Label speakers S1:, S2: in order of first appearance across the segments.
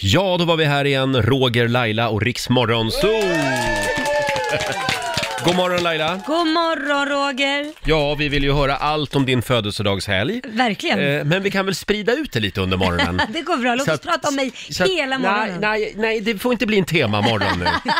S1: Ja, då var vi här igen, Roger, Laila och Riks Morgonzoo! God morgon Laila!
S2: God morgon Roger!
S1: Ja, vi vill ju höra allt om din födelsedagshelg.
S2: Verkligen.
S1: Eh, Men vi kan väl sprida ut det lite under morgonen?
S2: det går bra, låt
S1: Så
S2: oss
S1: att-
S2: prata om mig
S1: så att-
S2: hela morgonen.
S1: Nej, nej, nej, det får inte bli en temamorgon nu.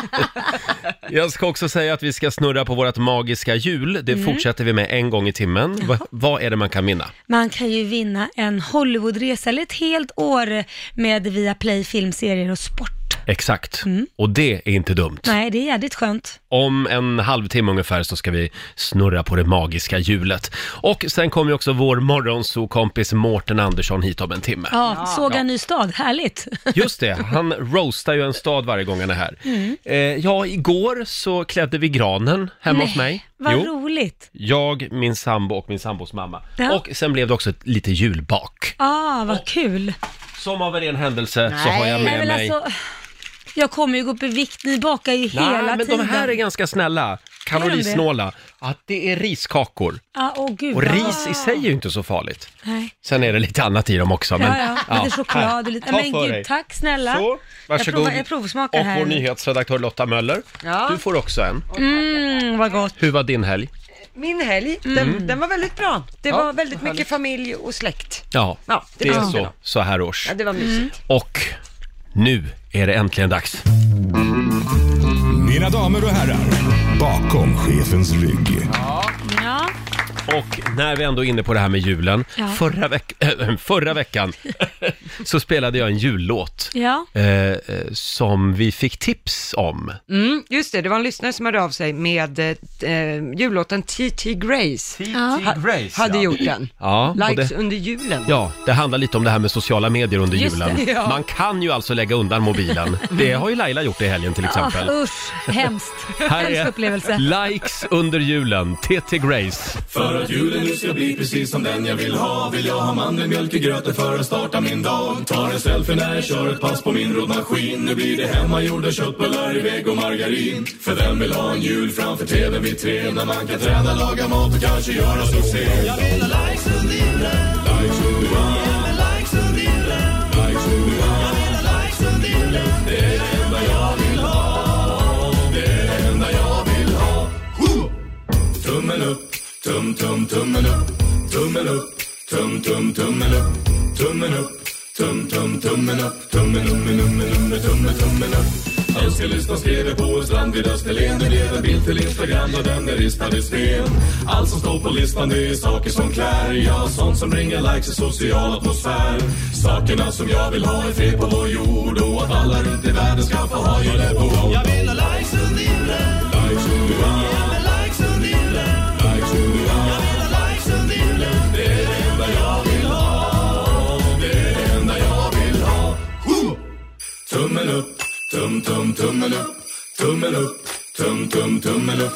S1: Jag ska också säga att vi ska snurra på vårt magiska hjul. Det
S2: Mm.
S1: fortsätter vi med en gång i timmen. Va, vad är det man kan vinna?
S2: Man kan ju vinna en Hollywoodresa eller ett helt år med Viaplay filmserier och sport.
S1: Exakt. Och det är inte dumt.
S2: Nej, det är jävligt skönt.
S1: Om en halvtimme ungefär så ska vi snurra på det magiska hjulet. Och sen kommer ju också vår morgonsokompis Mårten Andersson hit om en timme.
S2: Ja, såga en ny stad, härligt.
S1: Just det, han roastar ju en stad varje gång han är här. Eh, ja, igår så klädde vi granen hemma hos mig.
S2: Vad
S1: Jo.
S2: roligt.
S1: Jag, min sambo och min sambos mamma.
S2: Ja.
S1: Och sen blev det också ett lite julbak.
S2: Ja, ah, vad kul.
S1: Som av en ren händelse så har jag
S2: Nej,
S1: med
S2: men
S1: mig...
S2: alltså, jag kommer ju gå upp i vikt, ni bakar ju
S1: Nej,
S2: hela
S1: men
S2: tiden.
S1: de här är ganska snälla. Kalorisnåla. Att det är riskakor.
S2: Ja, Ah, åh gud.
S1: Och
S2: vad-
S1: ris i sig är ju inte så farligt.
S2: Nej.
S1: Sen är det lite annat i dem också. Men,
S2: Ja, ja, lite
S1: här.
S2: choklad och lite...
S1: Ta
S2: Men
S1: för
S2: gud,
S1: dig.
S2: tack snälla.
S1: Så, varsågod.
S2: Jag, provar, jag provsmakar
S1: och
S2: här.
S1: vår nyhetsredaktör Lotta Möller.
S3: Ja.
S1: Du får också en.
S2: Mm, vad gott.
S1: Hur var din helg?
S3: Min helg,
S1: Mm.
S3: den, den var väldigt bra. Det var väldigt mycket familj och släkt.
S1: Ja,
S3: Ja,
S1: det,
S3: det
S1: är
S3: var
S1: så,
S3: bra.
S1: så här års.
S3: Ja, det var mysigt.
S1: Och nu är det äntligen dags.
S4: Mina damer och herrar, bakom chefens rygg.
S2: Ja.
S1: Och när vi ändå är inne på det här med julen.
S2: Ja.
S1: Förra, veck äh, förra veckan så spelade jag en jullåt
S2: Ja.
S1: eh, eh, som vi fick tips om.
S3: Mm, just det, det var en lyssnare som hörde av sig med eh, jullåten T.T. Grace.
S1: T.T. Grace,
S3: Hade gjort den.
S1: Ja, och
S3: Likes
S1: det-
S3: under julen.
S1: Ja, det handlar lite om det här med sociala medier under
S2: Just
S1: julen.
S3: det, ja.
S1: Man kan ju alltså lägga undan mobilen. Det har ju Laila gjort i helgen till exempel.
S2: Ah, usch, hemskt.
S1: Här
S2: Hemsk
S1: är
S2: upplevelse.
S1: Likes under julen, TT Grace.
S5: För att julen nu ska bli precis som den jag vill ha Vill jag ha mandelmjölk i gröten för att starta min dag Tar en selfie när jag kör ett pass på min roddmaskin Nu blir det hemmagjorda köttbullar i väg och margarin För vem vill ha en jul framför TVn vid tre När man kan träna, laga mat och kanske göra succé Jag vill ha likes under julen Likes under julen Ge mig likes under julen Likes under julen Jag vill ha likes under julen Det är det enda jag vill ha Det är det enda jag vill ha Woo! Tummen upp, tum tum tummen upp, tummen upp, tum tum tummen upp, tummen upp, tum tum tummen upp, tummen nummen nummen nummen tummen tummen upp. Önskelistan skrev jag på en strand vid Österlen. Det blev en bild till Instagram och den är ristad i sten. Allt som står på listan det är saker som klär. Ja, sånt som bringar likes i social atmosfär. Sakerna som jag vill ha är fred på vår jord och att alla runt i världen ska få ha julen på gång. Jag vill ha likes under himlen, likes under himlen. Likes under himlen, likes under himlen. Jag vill ha likes under himlen. Det är det enda jag vill ha. Det är det enda jag vill ha. Woo! Tummen upp, tum tum tummen upp, tummen upp, tum tum tummen upp,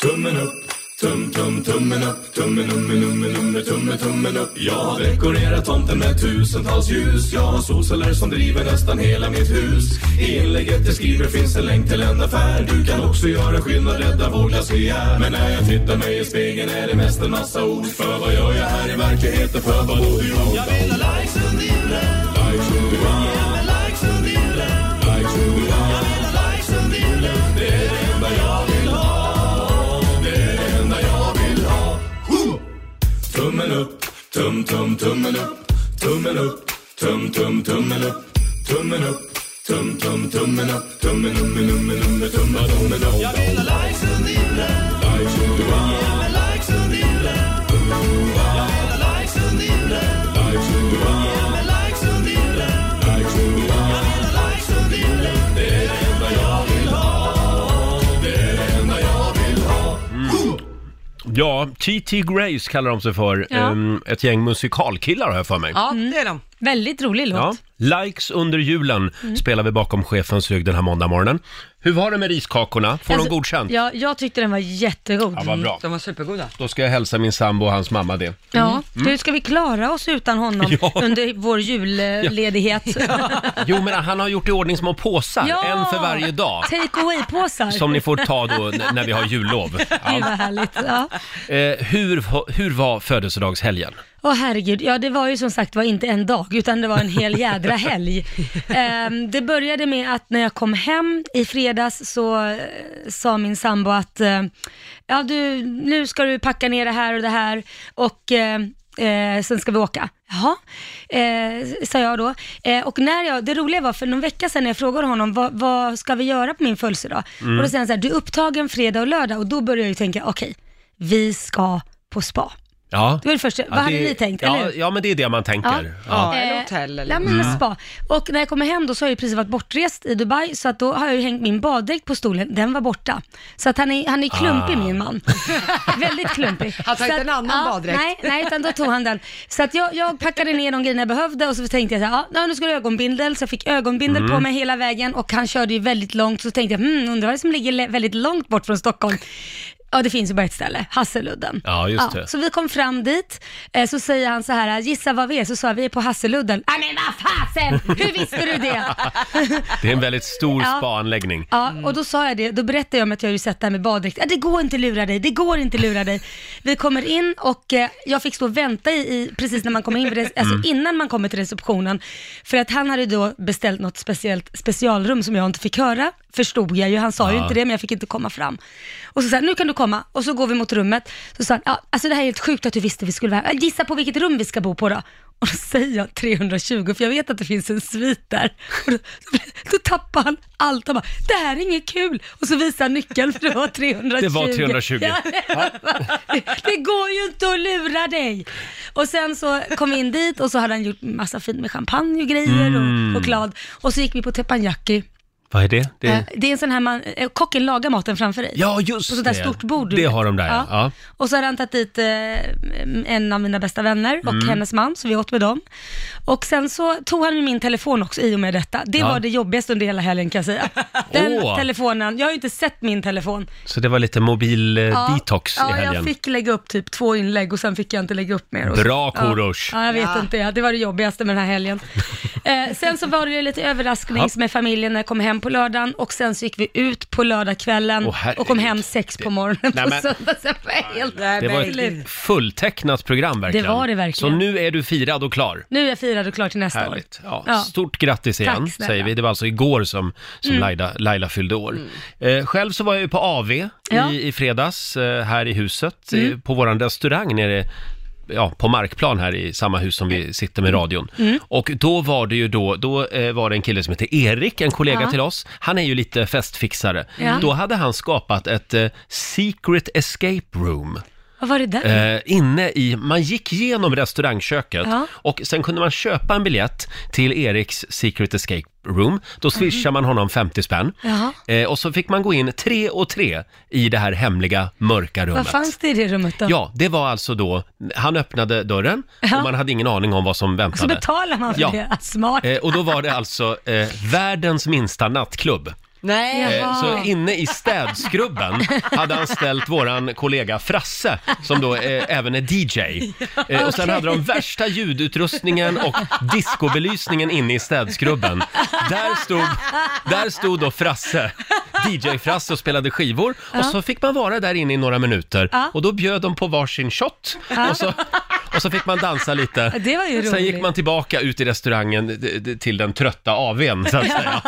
S5: tummen upp, tum tum tummen upp, tummen nummen nummen nummer tumme tummen upp. Jag har dekorerat tomten med tusentals ljus. Jag har solceller som driver nästan hela mitt hus. I inlägget jag skriver finns en länk till en affär. Du kan också göra skillnad, rädda vår glaciär. Men när jag tittar mig i spegeln är det mest en massa ord. För vad gör jag här i verkligheten? För vad bor jag? Jag vill ha likes under himlen, likes under himlen, likes under himlen. Likes under himlen. Likes under himlen. Det är det enda jag vill ha. Det är det enda jag vill ha. Woo! Tummen upp, tum tum tummen upp, tummen upp, tum tum tummen upp, tummen upp, tum tum tummen upp, tummen nummen nummen nummer tumma tummen upp. Jag vill ha likes under himlen, oh, likes under himlen. Ge mig likes under himlen. Jag vill ha likes under himlen, likes under himlen. Ge mig likes under himlen, likes under himlen. Jag vill ha likes under himlen. Det är det enda jag vill ha. Det är det enda jag vill ha.
S1: Ja, TT Grace kallar de sig för.
S2: Ja.
S1: Ehm, Ett gäng musikalkillar har jag för mig.
S3: Ja, det är de.
S2: Mm. Väldigt rolig låt. Mm.
S1: Ja. Likes under julen spelar vi bakom chefens rygg den här måndagmorgonen. Hur var det med riskakorna? Får
S2: Alltså,
S1: de godkänt?
S2: Ja, jag tyckte den var jättegod.
S1: Ja, vad bra.
S3: De var supergoda.
S1: Då ska jag hälsa min sambo och hans mamma det. Mm.
S2: Ja. Hur ska vi klara oss utan honom
S1: Ja.
S2: under vår julledighet?
S1: Jo, men han har gjort i ordning små påsar,
S2: Ja.
S1: en för varje dag.
S2: Take away-påsar.
S1: Som ni får ta då n- när vi har jullov.
S2: Gud
S1: Ja.
S2: vad härligt. Ja.
S1: Eh, hur, hur var födelsedagshelgen?
S2: Åh herregud, ja det var ju som sagt var inte en dag utan det var en hel jädra helg. Ehm, det började med att när jag kom hem i fredags så eh, sa min sambo att eh, ja, du, nu ska du packa ner det här och det här och eh, eh, sen ska vi åka. Jaha, eh, sa jag då. Eh, och när jag, det roliga var för någon vecka sedan när jag frågade honom vad, vad ska vi göra på min födelsedag? Och då säger han så här, du är upptagen fredag och lördag och då började jag ju tänka okej, vi ska på spa.
S1: Ja.
S2: Det var det första. Vad hade
S1: det-
S2: ni tänkt?
S1: Ja,
S2: eller hur?
S1: ja, men det är det man tänker.
S3: Ja,
S2: Ja. Eh,
S3: eller hotell eller...
S2: Ja, men med spa. Och när jag kommer hem då så har jag ju precis varit bortrest i Dubai så att då har jag ju hängt min baddräkt på stolen, den var borta. Så att han är, han är klumpig min man. Väldigt klumpig.
S3: Han tar
S2: Så
S3: inte
S2: att-
S3: en annan baddräkt.
S2: Nej, nej, utan då tog han den. Så att jag, jag packade ner de grejerna jag behövde och så tänkte jag så här, ja nu ska du ha ögonbindel. Så jag fick ögonbindel
S1: Mm.
S2: på mig hela vägen och han körde ju väldigt långt så tänkte jag, hmm, undrar vad det är som ligger le- väldigt långt bort från Stockholm. Ja, det finns ju bara ett ställe, Hasseludden.
S1: Ja, just det.
S2: Så vi kom fram dit, eh, så säger han så här, gissa var vi är? Så sa jag, vi är på Hasseludden. Nej men vad fasen, hur visste du det?
S1: Det är en väldigt stor
S2: Ja.
S1: spaanläggning.
S2: Ja, och då sa jag det, då berättade jag om att jag hade sett det här med baddräkt. Ja, det går inte lura dig, det går inte lura dig. Vi kommer in och eh, jag fick stå och vänta i, i precis när man kommer in, för det- alltså innan man kommer till receptionen. För att han hade då beställt något speciellt specialrum som jag inte fick höra, förstod jag ju. Han sa ju inte det, men jag fick inte komma fram. Och så sa han, nu kan du komma. Och så går vi mot rummet. Så sa han, ja, alltså det här är helt sjukt att du visste vi skulle vara här. Gissa på vilket rum vi ska bo på då. Och då säger jag 320, för jag vet att det finns en svit där. Och då, då tappar han allt. Han bara, det här är inget kul. Och så visar han nyckeln, för det var 320.
S1: Det var 320.
S2: Ja, det, det går ju inte att lura dig. Och sen så kom vi in dit och så hade han gjort massa fint med champagne och grejer och choklad. Och så gick vi på teppanyaki.
S1: Vad är Mm. det? det...
S2: Eh, Det är en sån här, man, eh, kocken lagar maten framför dig.
S1: Ja, just
S2: På sånt
S1: det.
S2: där stort bord. du
S1: Det
S2: vet.
S1: har de där, ja. ja.
S2: Och så hade han tagit dit eh, en av mina bästa vänner
S1: Mm.
S2: och hennes man, så vi åt med dem. Och sen så tog han min telefon också i och med detta. Det
S1: Ja.
S2: var det jobbigaste under hela helgen kan jag säga. Den
S1: Åh.
S2: telefonen, jag har ju inte sett min telefon.
S1: Så det var lite mobil-detox
S2: ja,
S1: Eh, i helgen.
S2: jag fick lägga upp typ två inlägg och sen fick jag inte lägga upp mer. Och så-
S1: Bra, Korosh.
S2: Ja, jag vet inte, ja, det var det jobbigaste med den här helgen. eh, sen så var det ju lite överrasknings med familjen när jag kom hem på lördagen och sen så gick vi ut på lördagskvällen
S1: Åh, herregud.
S2: och kom hem sex på morgonen
S1: Nej,
S2: på
S1: men-
S2: söndag. Så jag var helt
S1: Det var ett fulltecknat program verkligen.
S2: Det var det verkligen.
S1: Så nu är du firad och klar.
S2: Nu är jag firad och klar till nästa
S1: Härligt.
S2: år.
S1: Ja,
S2: Ja.
S1: Stort grattis igen,
S2: Tack snälla. Mm.
S1: säger vi. Det var alltså igår som, som Laila, Laila fyllde år. Eh, själv så var jag ju på AV
S2: Ja. Mm.
S1: i, i fredags eh, här i huset, eh, på våran restaurang nere Ja, på markplan här i samma hus som
S2: Eh,
S1: vi sitter
S2: mm.
S1: med radion. Och då var det ju då, då eh, var det en kille som heter Erik, en kollega
S2: Ja.
S1: till oss. Han är ju lite festfixare.
S2: Ja.
S1: Då hade han skapat ett eh, secret escape room.
S2: Vad var det där?
S1: Eh, inne i, man gick igenom restaurangköket
S2: Ja.
S1: och sen kunde man köpa en biljett till Eriks Secret Escape Room. Då swishar man honom 50 spänn.
S2: Jaha.
S1: Eh, och så fick man gå in tre och tre i det här hemliga mörka rummet.
S2: Vad fanns det i det rummet då?
S1: Ja, det var alltså då, han öppnade dörren
S2: Ja.
S1: och man hade ingen aning om vad som
S2: Och så
S1: väntade.
S2: Alltså, betalar man för
S1: Ja.
S2: det. Smart.
S1: Eh, och då var det alltså eh, världens minsta nattklubb.
S3: Nej,
S1: Eh, Så inne i städskrubben hade han ställt våran kollega Frasse, som då eh, även är DJ. Eh, och sen hade de värsta ljudutrustningen och discobelysningen inne i städskrubben. Där stod, där stod då Frasse, DJ-Frasse och spelade skivor. Och så fick man vara där inne i några minuter.
S2: Ja.
S1: Och då bjöd de på varsin shot. Och så, och så fick man dansa lite.
S2: Det var ju
S1: Sen gick
S2: roligt.
S1: man tillbaka ut i restaurangen d- d- till den trötta AWn så att säga.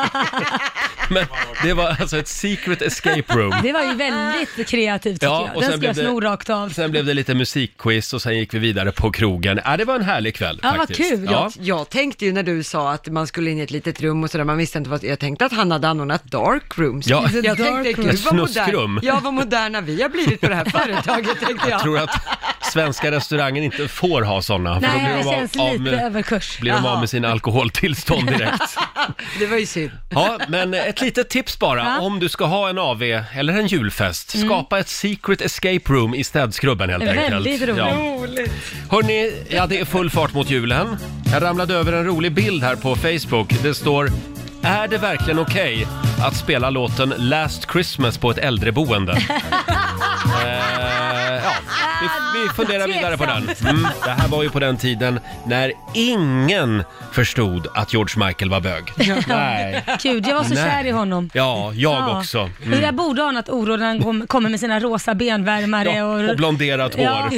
S1: Men det var alltså ett secret escape room.
S2: Det var ju väldigt kreativt tycker
S1: Ja,
S2: jag.
S1: och
S2: Den
S1: sen
S2: ska
S1: blev
S2: jag
S1: det-
S2: sno rakt av.
S1: Sen blev det lite musikquiz och sen gick vi vidare på krogen. Ja, det var en härlig kväll
S2: Ja, vad
S1: faktiskt.
S2: kul.
S1: Ja.
S3: Jag tänkte ju när du sa att man skulle in i ett litet rum och sådär, man visste inte vad, jag tänkte att han hade anordnat dark rooms.
S1: Ja.
S3: jag
S2: Dark
S3: tänkte,
S2: room.
S3: gud vad
S1: Snuskrum.
S3: moderna, ja, vad moderna vi har blivit på det här företaget tänkte jag.
S1: Tror att svenska restauranger inte får ha sådana? för då
S2: Nej, det
S1: blir de
S2: känns
S1: av, av
S2: lite
S1: med,
S2: överkurs.
S1: blir de av
S3: Jaha.
S1: med sina alkoholtillstånd direkt.
S3: Det var ju synd.
S1: Ja, men ett litet tips bara.
S2: Ja. Mm.
S1: Om du ska ha en AV eller en julfest, skapa ett secret escape room i städskrubben helt
S2: Väldigt
S1: enkelt.
S2: roligt.
S1: Hörni, ja det är full fart mot julen. Jag ramlade över en rolig bild här på Facebook. Det står Är det verkligen okej att spela låten Last Christmas på ett äldreboende? eh, ja, vi, vi funderar vidare på den. Mm, det här var ju på den tiden när ingen förstod att George Michael var bög. Nej.
S2: Gud, jag var så
S1: Nej.
S2: kär i honom.
S1: Ja, jag också.
S2: Mm. Jag borde ha något oro när han kom- kommer med sina rosa benvärmare
S1: Ja,
S2: och...
S1: och blonderat hår.
S2: Ja.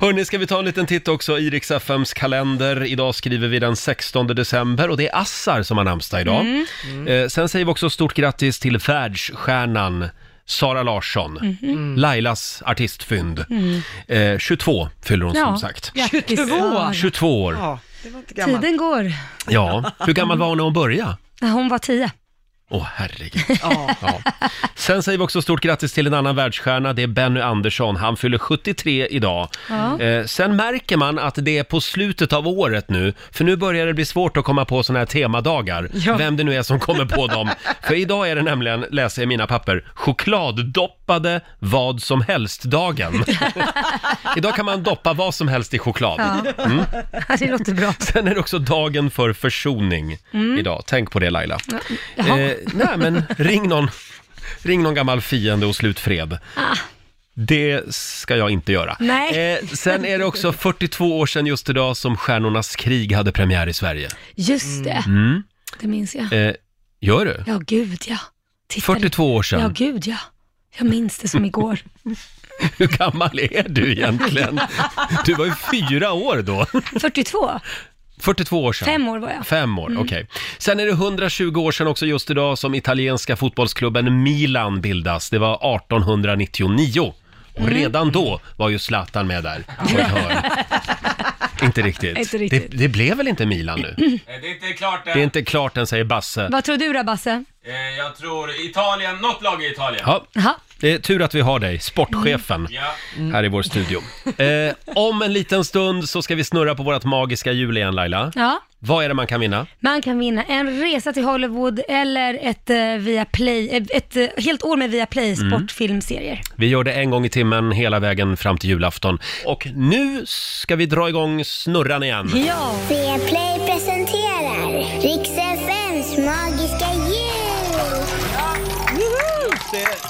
S1: Hörni, ska vi ta en liten titt också i Rix FMs kalender. Idag skriver vi den 16 december och det är Assar som har namnsdag idag.
S2: Mm.
S1: Eh, sen säger vi också stort grattis till världsstjärnan Sara Larsson,
S2: Mhm. Mm.
S1: Lailas artistfynd. Eh, 22 fyller hon som sagt.
S2: grattis.
S3: 22.
S2: Mm. Ja,
S1: 22 år.
S3: Ja, det var inte gammalt.
S2: Tiden går.
S1: Ja. Hur gammal var hon när hon började?
S2: Hon var tio.
S1: Åh, herregud. Ja. Sen säger vi också stort grattis till en annan världsstjärna, det är Benny Andersson. Han fyller 73 idag.
S2: Ja.
S1: Eh, sen märker man att det är på slutet av året nu, för nu börjar det bli svårt att komma på sådana här temadagar, vem det nu är som kommer på dem. För idag är det nämligen, läser jag i mina papper, chokladdoppade vad som helst-dagen. idag kan man doppa vad som helst i choklad. Mm.
S2: Ja. Det låter bra. Mm.
S1: Sen är det också dagen för försoning idag. Tänk på det Laila.
S2: Jaha.
S1: Eh, nej men ring någon, ring någon gammal fiende och slut fred. Det ska jag inte göra.
S2: Ah. Nej.
S1: Eh, sen är det också 42 år sedan just idag som Stjärnornas krig hade premiär i Sverige.
S2: Just
S1: mm.
S2: det. Det minns jag.
S1: Eh, gör du?
S2: Ja, gud ja. Titta.
S1: 42 år
S2: Ja,
S1: sedan.
S2: gud ja. Jag minns det som igår.
S1: Hur gammal är du egentligen? Du var ju fyra år då.
S2: 42?
S1: 42 år sedan.
S2: Fem år var jag.
S1: Fem år,
S2: Mm.
S1: okej. Sen är det 120 år sedan också just idag som italienska fotbollsklubben Milan bildas. Det var 1899. Och
S2: Mm.
S1: redan då var ju Zlatan med där på ett hörn. Inte riktigt.
S2: Inte riktigt.
S1: Det, det blev väl inte Milan nu?
S6: Eh, Det är inte klart
S1: Det är
S6: än.
S1: inte klart än, säger Basse.
S2: Mm. Vad tror du då, Basse?
S6: Eh, Jag tror Italien, något lag i Italien.
S1: Ja,
S2: Jaha.
S1: det är tur att vi har dig, sportchefen,
S6: Ja.
S1: här i vår studio. Eh, om en liten stund så ska vi snurra på vårt magiska hjul igen, Laila.
S2: Ja.
S1: Vad är det man kan vinna?
S2: Man kan vinna en resa till Hollywood eller ett, eh, via Play, eh, ett eh, helt år med via Play
S1: Mm.
S2: sportfilmserier.
S1: Vi gör det en gång i timmen hela vägen fram till julafton. Och nu ska vi dra igång snurran igen.
S2: Ja,
S7: Play presenterar Rix FMs magiska jul!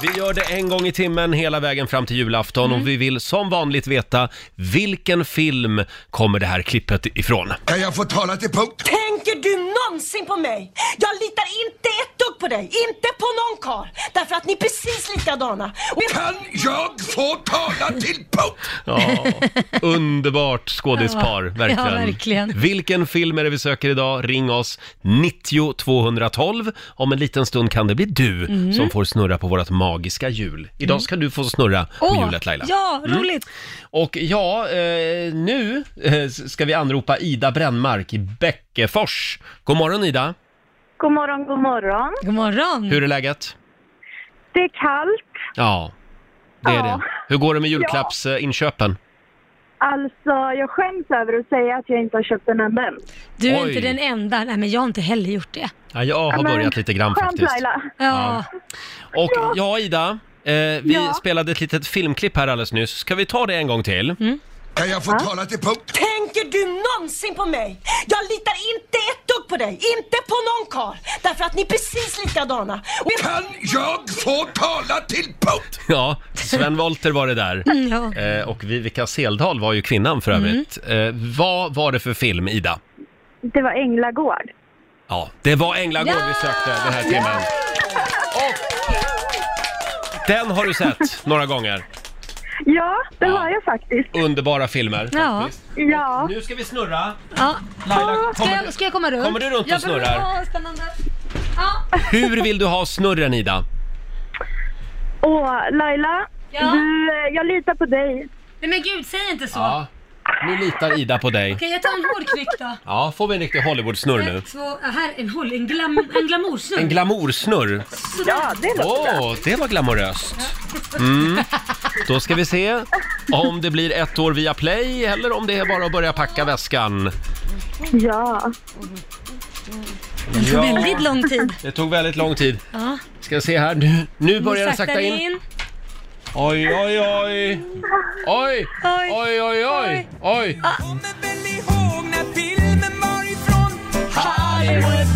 S1: Vi gör det en gång i timmen hela vägen fram till julafton och vi vill som vanligt veta vilken film kommer det här klippet ifrån?
S4: Kan jag få tala till punkt?
S8: Tänker du någonsin på mig? Jag litar inte ett dugg på dig, inte på någon karl. Därför att ni är precis likadana. Och
S4: Kan jag få tala till punkt?
S1: Ja, underbart skådispar,
S2: Ja,
S1: verkligen.
S2: ja, verkligen.
S1: Vilken film är det vi söker idag? Ring oss, 90 212. Om en liten stund kan det bli du
S2: Mhm.
S1: som får snurra på vårt magiska hjul. Idag ska du få snurra på
S2: Mm. Åh,
S1: hjulet Laila. Mm.
S2: Ja, roligt.
S1: Och ja, eh, nu eh, ska vi anropa Ida Brännmark i Bäckefors. God morgon Ida,
S9: God morgon, god morgon.
S2: God morgon.
S1: hur är läget?
S9: Det är kallt.
S1: Ja, det är
S9: Ja.
S1: det. Hur går det med julklappsinköpen?
S9: Alltså, jag skäms över att säga att jag inte har köpt den än. än.
S2: Du är
S1: Oj.
S2: inte den enda. Nej, men jag har inte heller gjort det.
S1: Ja, jag har
S9: Men
S1: börjat lite grann
S9: skönt,
S1: faktiskt.
S9: Laila.
S2: Ja,
S1: Och ja, Ida, eh, vi
S9: Ja.
S1: spelade ett litet filmklipp här alldeles nyss. Ska vi ta det en gång till?
S4: Kan jag få tala till punkt?
S8: tänker du någonsin på mig? Jag litar inte ett dugg på dig, inte på någon karl. Därför att ni är precis likadana. Och
S4: Kan jag få tala till punkt?
S1: Ja, Sven Wollter var det där.
S8: Mm.
S2: ja.
S1: Eh, och Vivica Seldahl var ju kvinnan för övrigt. Eh, vad var det för film, Ida?
S9: Det var Änglagård.
S1: Ja, det var Änglagård vi sökte den här timmen. Och den har du sett några gånger.
S9: Ja, det
S1: Ja.
S9: har jag faktiskt.
S1: Underbara filmer.
S2: ja.
S9: Ja.
S1: Nu ska vi snurra.
S2: ja.
S1: Laila,
S2: Ska,
S1: kommer du,
S2: jag, ska jag komma runt?
S1: kommer du runt och
S2: Jag kommer-
S1: snurrar?
S2: Ja, spännande. Ja.
S1: hur vill du ha snurren Ida?
S9: Åh, Laila.
S2: Ja.
S9: Du, eh, jag litar på dig.
S2: Nej, men gud, säg inte så.
S1: Nu litar Ida på dig.
S2: Kan jag ta en hård knyck då?
S1: Ja, får vi en riktig Hollywood-snurr nu.
S2: Ett, två, ja, här, en, håll, en, glam, en glamoursnurr.
S1: En glamoursnurr.
S9: Ja, det låter
S1: Åh,
S9: bra.
S1: det var glamoröst. Mm. Då ska vi se om det blir ett år via play eller om det är bara att börja packa väskan.
S9: Ja.
S2: Det tog väldigt lång tid.
S1: Det tog väldigt lång tid.
S2: Ja.
S1: Ska se här, nu, nu börjar den sakta in. Oj, oj, oj! Oj,
S2: Oj.
S1: oj, oj, oj!
S2: Oj.
S1: oj.
S6: Kommer väl ihåg när filmen var ifrån Hollywood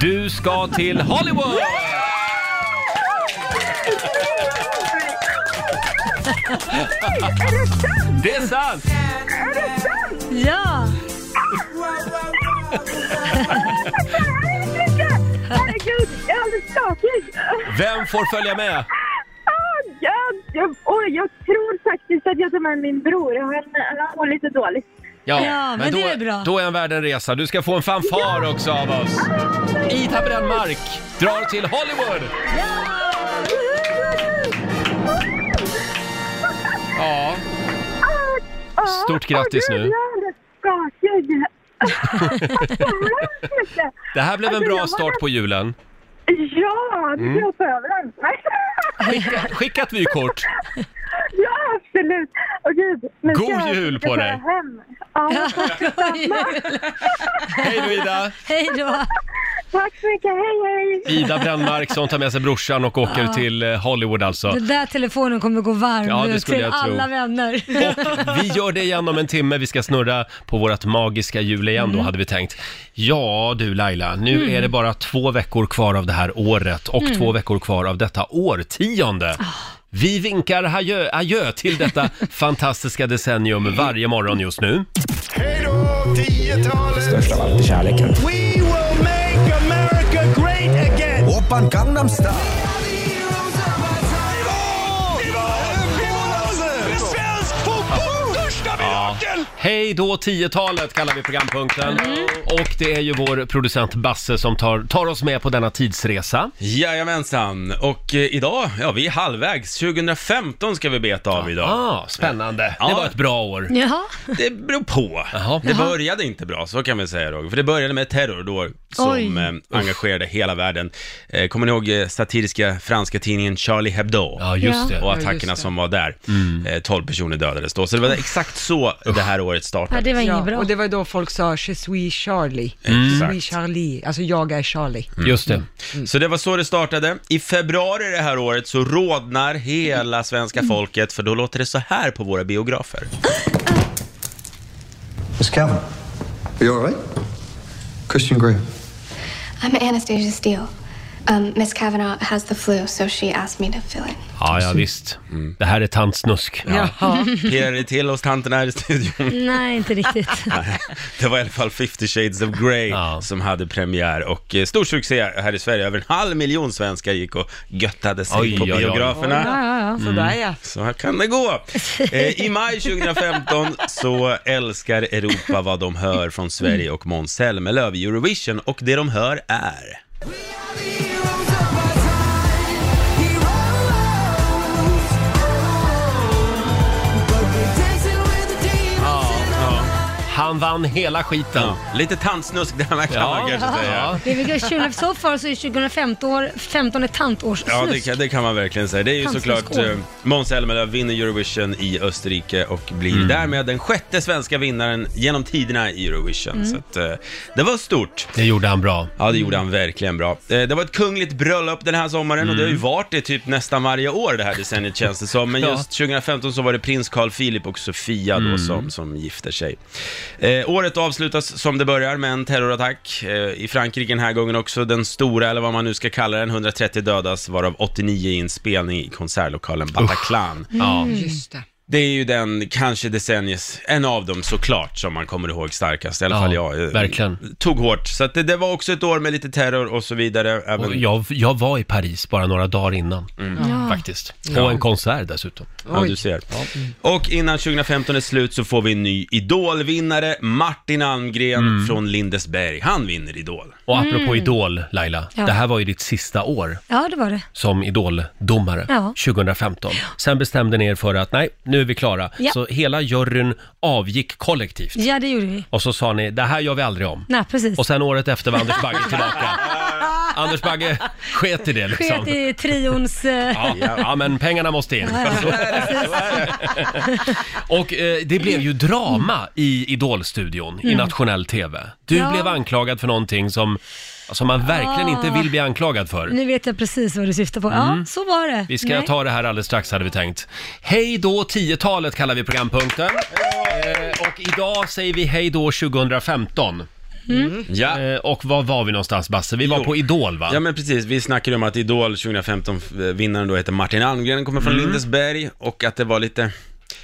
S1: Du ska till Hollywood!
S9: Är det sant?
S1: Det är sant!
S9: Är det sant?
S2: Ja!
S9: Herregud, jag är alldeles skakig.
S1: Vem får följa med?
S9: Ah, jag- jag- Oj, jag tror faktiskt att jag tar med min bror. Han, han mår lite dåligt.
S2: Ja, men
S1: då,
S2: det är bra.
S1: Då är han värd en resa. Du ska få en fanfar också av oss. Ida Brännmark drar till Hollywood! Ja,
S9: Ah,
S1: Stort grattis
S9: ah, gud,
S1: nu.
S9: Jag är alldeles skakig. Vad hemskt.
S1: det här blev en
S9: Alltså, jag
S1: bra
S9: var
S1: start på julen.
S9: Ja, du
S1: Mm.
S9: kan hoppa över den.
S1: Skicka, skicka ett vykort.
S9: Ja, absolut. Åh gud. nu ska
S1: God
S9: jag-
S1: jul
S9: ska
S1: på
S9: jag
S1: dig.
S9: Hem. Ja,
S2: God jul.
S1: Hej då Ida!
S2: Hej då!
S9: tack så mycket. Hej, hej.
S1: Ida Brännmark som tar med sig brorsan och åker till eh, Hollywood alltså.
S2: Den där telefonen kommer gå varm
S1: Ja,
S2: nu
S1: det skulle
S2: till
S1: jag tro.
S2: alla vänner.
S1: Och vi gör det igen om en timme. Vi ska snurra på vårt magiska hjul igen då, hade vi tänkt. Ja du Laila, nu är det bara två veckor kvar av det här året och två veckor kvar av detta årtionde. Vi vinkar adjö, adjö till detta fantastiska decennium varje morgon just nu.
S4: Störst av allt är kärleken. Oppan Gangnam Style.
S1: Hej då 10-talet kallar vi programpunkten. Och det är ju vår producent Basse som tar, tar oss med på denna tidsresa.
S6: Jajamensan, och eh, idag, ja vi är halvvägs. 2015 ska vi beta av idag.
S1: Ah, spännande. Det
S6: Ja.
S1: var ett bra år.
S2: Jaha,
S6: Det beror på.
S1: Jaha.
S6: Det började inte bra, så kan vi säga Roger. För det började med terror då, som
S2: Oj.
S6: eh, engagerade hela världen. Eh, kommer ni ihåg eh, satiriska franska tidningen Charlie Hebdo?
S1: Ja, just
S2: Ja.
S1: det. Mm.
S6: Och
S3: just
S6: attackerna
S3: det.
S6: som var där. Eh, 12 personer dödades då. Så det var exakt så det här året
S2: ja,
S6: startade.
S2: det var
S1: liksom.
S2: inget bra.
S3: och det var då folk sa Je suis Charlie. Je suis
S6: Exakt.
S3: Charlie, alltså jag är Charlie.
S1: Just det.
S6: Mm. Så det var så det startade. I februari det här året så rodnar hela svenska
S3: Mm.
S6: folket, för då låter det så här på våra biografer.
S10: Miss Calvin, are you all right? Christian Grey.
S7: I'm Anastasia Steele. Um, Miss Kavanaugh has the flu, so she asked me to fill in.
S1: Ja, ja visst.
S6: Mm.
S1: Det här är tantsnusk.
S3: Jaha. Mm.
S6: Pirrar det till oss tanten här i studion?
S2: Nej, inte riktigt.
S6: Det var i alla fall 50 shades of Grey
S1: Ja.
S6: som hade premiär och eh, stor succé här i Sverige. Över en halv miljon svenskar gick och göttade sig
S1: Oj,
S6: på
S1: oj, oj.
S6: biograferna. Mm.
S3: Sådär ja.
S6: Så här kan det gå. Eh, I maj 2015 så älskar Europa vad de hör från Sverige och Måns Zelmerlöw i Eurovision och det de hör är...
S1: Han vann hela skiten.
S6: Ja, lite tantsnusk det här kan man kanske säga.
S2: Det är väl 20, så far så är 2015 år, 15 ett tantårssnusk.
S6: Ja, det kan, det kan man verkligen säga. Det är ju
S2: Tantsnusk
S6: såklart
S2: år.
S6: eh, Måns Zelmerlöw vinner Eurovision i Österrike och blir
S1: Mm.
S6: därmed den sjätte svenska vinnaren genom tiderna i Eurovision. Så att, eh, det var stort.
S1: Det gjorde han bra.
S6: Ja, det gjorde han verkligen bra. Eh, Det var ett kungligt bröllop den här sommaren och det har ju varit det typ nästan varje år det här decenniet känns det som. Men
S1: Mm. Ja. Mm.
S6: just 2015 så var det prins Carl Philip och Sofia då som, som gifter sig. Eh, året avslutas som det börjar med en terrorattack eh, i Frankrike den här gången också. Den stora, eller vad man nu ska kalla den, 130 dödas varav 89 i en spelning i konsertlokalen Bataclan.
S11: Mm.
S1: Ja. Mm.
S3: Just det.
S6: Det är ju den, kanske decennies, en av dem såklart som man kommer ihåg starkast, i alla
S1: Ja,
S6: fall jag. eh,
S1: verkligen.
S6: Tog hårt, så att det, det var också ett år med lite terror och så vidare. Även,
S1: Och jag, jag var i Paris bara några dagar innan,
S6: Mm.
S1: faktiskt. På en konsert dessutom.
S6: Ja,
S3: Oj.
S6: du ser. Mm. Och innan 2015 är slut så får vi en ny idolvinnare, Martin Almgren från Lindesberg. Han vinner Idol.
S1: Mm. Och apropå Idol, Laila.
S2: Ja.
S1: Det här var ju ditt sista år
S2: Ja, det var det.
S1: som idoldomare,
S2: Ja.
S1: 2015. Sen bestämde ni er för att, nej, nu är vi klara.
S2: Ja.
S1: Så hela juryn avgick kollektivt.
S2: Ja, det gjorde vi.
S1: Och så sa ni, det här gör vi aldrig om.
S2: Nej, precis.
S1: Och sen året efter var Anders Bagge tillbaka. Anders Bagge sket i det liksom.
S2: Sket i trions... eh,
S1: Ja, ja, men pengarna måste in. Och eh, det blev ju drama i Idolstudion, i nationell TV. Du
S2: Mm. Ja.
S1: blev anklagad för någonting som, som man verkligen
S2: Ah.
S1: inte vill bli anklagad för.
S2: Nu vet jag precis vad du syftar på. Ja, så var det.
S1: Mm. Vi ska
S2: Nej.
S1: ta det här alldeles strax hade vi tänkt. Hej då 10-talet kallar vi programpunkten. Eh, och idag säger vi hej då 2015.
S2: Mm.
S6: Ja.
S1: Och var var vi någonstans Basse? Vi var på Idol va?
S6: Ja men precis, vi snackade ju om att Idol 2015-vinnaren då heter Martin Almgren, kommer
S1: Mm.
S6: från Lindesberg och att det var lite,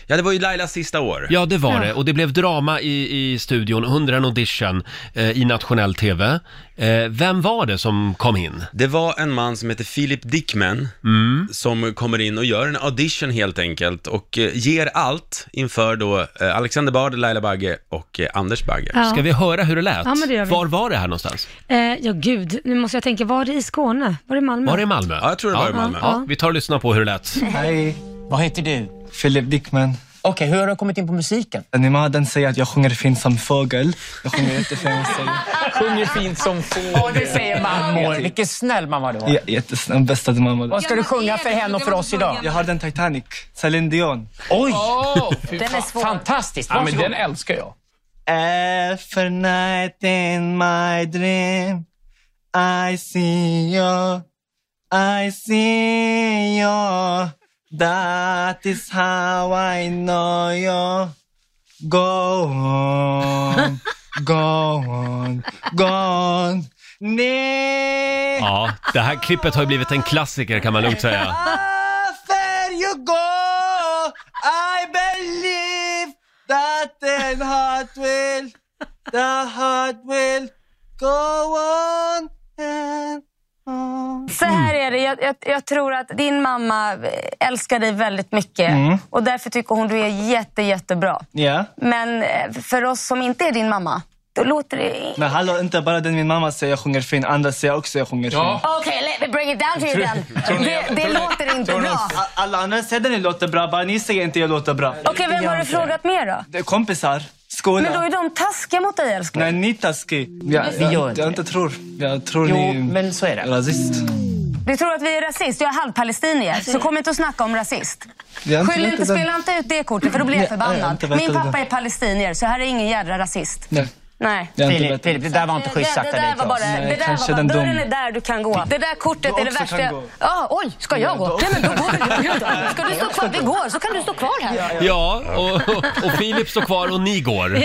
S6: ja det var ju Lailas sista år.
S1: Ja, det var det. Och det blev drama i, i studion under en audition eh, i nationell TV. Eh, vem var det som kom in?
S6: Det var en man som heter Philip Dickman
S1: Mm.
S6: som kommer in och gör en audition helt enkelt och eh, ger allt inför då eh, Alexander Bard, Laila Bagge och eh, Anders Bagge.
S2: Ja.
S1: Ska vi höra hur det lät?
S2: Ja, men det gör vi.
S1: Var var det här någonstans?
S2: Eh, ja, gud. Nu måste jag tänka. Var det i Skåne? Var det i Malmö?
S1: Var det i Malmö? Ja,
S6: jag tror det var i Malmö.
S1: Ja, vi tar och lyssnar på hur det lät.
S12: Hej. Vad heter du? Philip Dickman. Okej, hur har du kommit in på musiken? Animaden säger att jag sjunger fint som fågel. Jag sjunger jättefint.
S13: Sjunger fint som fågel.
S12: Ja, det säger mammor.
S13: Vilken snäll mamma du
S12: Ja, Jättesnäll, bästa mamma.
S13: Vad ska du sjunga för henne och för oss idag?
S12: Jag har den Titanic, Celine Dion.
S13: Oj! den är svår. Fantastiskt. Ja, men
S12: Varsågod.
S13: den älskar jag.
S12: Every night in my dream I see you, I see you That is how I know you Go on, go on, go on Nej!
S1: Ja, det här klippet har ju blivit en klassiker kan man lugnt säga.
S12: There you go, I believe that the heart will, the heart will go on and on.
S14: Så här är det. Jag, jag, jag tror att din mamma älskar dig väldigt mycket
S12: Mm.
S14: och därför tycker hon du är jätte, jättebra.
S12: Ja.
S14: Men eh, för oss som inte är din mamma, då låter det...
S12: Men hallå, inte bara den min mamma säger jag sjunger fin, andra säger också jag sjunger fin.
S14: Okej, let me break it down to you then.
S12: Tror ni-
S14: Det, det
S12: tror ni-
S14: låter inte
S12: tror ni-
S14: bra.
S12: A- Alla andra säger den låter bra, bara ni säger inte jag låter bra.
S14: Okej, vem har du frågat mer då?
S12: Det är kompisar, skola.
S14: Men då är de taskiga mot dig älskling.
S12: Nej, ni är taskig. Jag,
S14: Vi
S12: jag,
S14: gör
S12: jag, inte tror. Jag tror jo, ni men så är det. rasist.
S14: Du tror att vi är rasist? Jag är halvpalestinier, så kom inte och snacka om rasist.
S12: Jag har inte
S14: Skyll inte,
S12: väntat-
S14: spela inte ut det kortet för då blir jag
S12: Nej, jag har inte
S14: förbannad.
S12: väntat
S14: Min pappa är
S12: det.
S14: palestinier, så här är ingen jädra rasist.
S12: Nej.
S14: Nej.
S12: Jag har inte
S13: Filip,
S12: väntat.
S13: Filip, det där var inte schysst
S14: Det,
S13: sagt
S14: det
S13: av dig
S14: där var
S13: till
S14: bara,
S13: oss.
S14: det där var bara dörren är där du kan gå. Det där kortet
S13: Du
S14: är det
S13: också
S14: värsta
S13: kan
S14: jag...
S13: gå.
S14: Ja, oj, ska jag gå? Nej men då går väl du då. Ska du stå kvar? Vi går, så kan du stå kvar här.
S1: Ja, och, och, och Filip står kvar och ni går.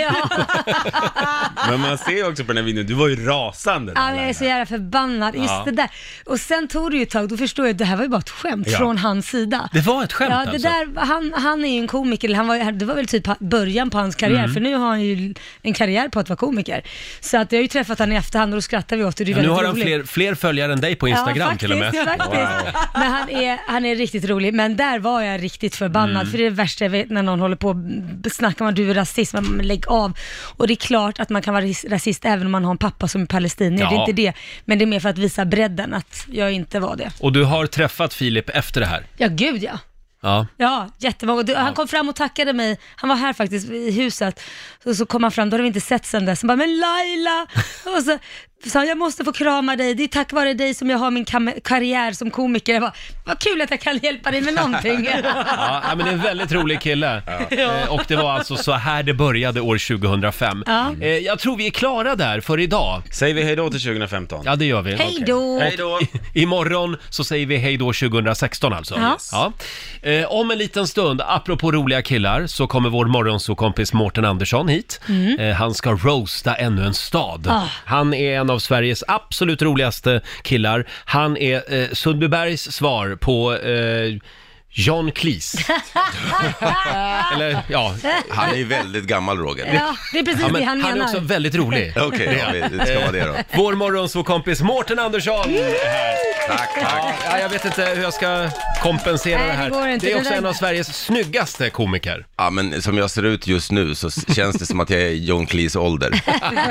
S6: Men man ser ju också på den här videon, du var ju rasande.
S2: Ja, men jag är så jävla förbannad. Just
S6: Ja.
S2: det där. Och sen tog det ju ett tag, då förstår jag att det här var ju bara ett skämt
S6: Ja.
S2: från hans sida.
S1: Det var ett skämt
S2: ja, det
S1: alltså.
S2: där, han, han är ju en komiker, han var, det var väl typ början på hans karriär,
S1: Mm.
S2: för nu har han ju en karriär på att vara komiker. Så att jag har ju träffat han i efterhand och då skrattar vi åt det, det är
S1: nu
S2: väldigt
S1: har han
S2: roligt.
S1: fler, fler följare än dig på Instagram
S2: ja, faktiskt,
S1: till och med.
S2: Faktiskt.
S1: Wow.
S2: Men han är, han är riktigt rolig. Men där var jag riktigt förbannad.
S1: Mm.
S2: För det är det värsta jag vet när någon håller på och snackar om att du är rasist. Men men lägg av. Och det är klart att man kan vara ris- rasist även om man har en pappa som är palestinier. Det är
S1: Ja.
S2: inte det. Men det är mer för att visa bredden att jag inte var det.
S1: Och du har träffat Filip efter det här?
S2: Ja, gud ja.
S1: Ja.
S2: Ja, jättemånga. Du, Han kom fram och tackade mig. Han var här faktiskt i huset. Så, så kom han fram, då hade vi inte sett sen dess. Han bara, men Laila! Och så sa han, jag måste få krama dig. Det är tack vare dig som jag har min kam- karriär som komiker. Jag bara, vad kul att jag kan hjälpa dig med någonting.
S1: Ja, ja, men det är en väldigt rolig kille.
S2: Ja.
S1: Eh, Och det var alltså så här det började år 2005.
S2: Ja.
S1: Eh, Jag tror vi är klara där för idag.
S6: Säger vi hej då till 2015?
S1: Ja, det gör vi.
S2: Hej då!
S1: Okej.
S2: Hej då!
S1: I, imorgon så säger vi hej då 2016 alltså.
S2: Ja.
S1: Ja. Eh, om en liten stund, apropå roliga killar, så kommer vår morgonsokompis Mårten Andersson hit.
S5: Mm.
S1: Eh, han ska roasta ännu en stad.
S5: Ah.
S1: Han är en av Sveriges absolut roligaste killar. Han är eh, Sundbybergs svar på eh, John Cleese. Eller, ja.
S15: Han är ju väldigt gammal Roger.
S2: Ja, det är precis
S1: Ja, men
S2: det han,
S1: han är
S2: menar.
S1: också väldigt rolig.
S15: Okej, ja, vi- det ska vara det då.
S1: Eh, Vår morgonsåkompis Mårten Andersson är här. Tack, tack. Ja, jag vet inte hur jag ska kompensera
S2: Nej,
S1: det
S2: det
S1: här.
S2: går inte.
S1: det är
S2: Det
S1: också
S2: där-
S1: en av Sveriges snyggaste komiker.
S15: Ja, men som jag ser ut just nu så känns det som att jag är i John Cleese ålder.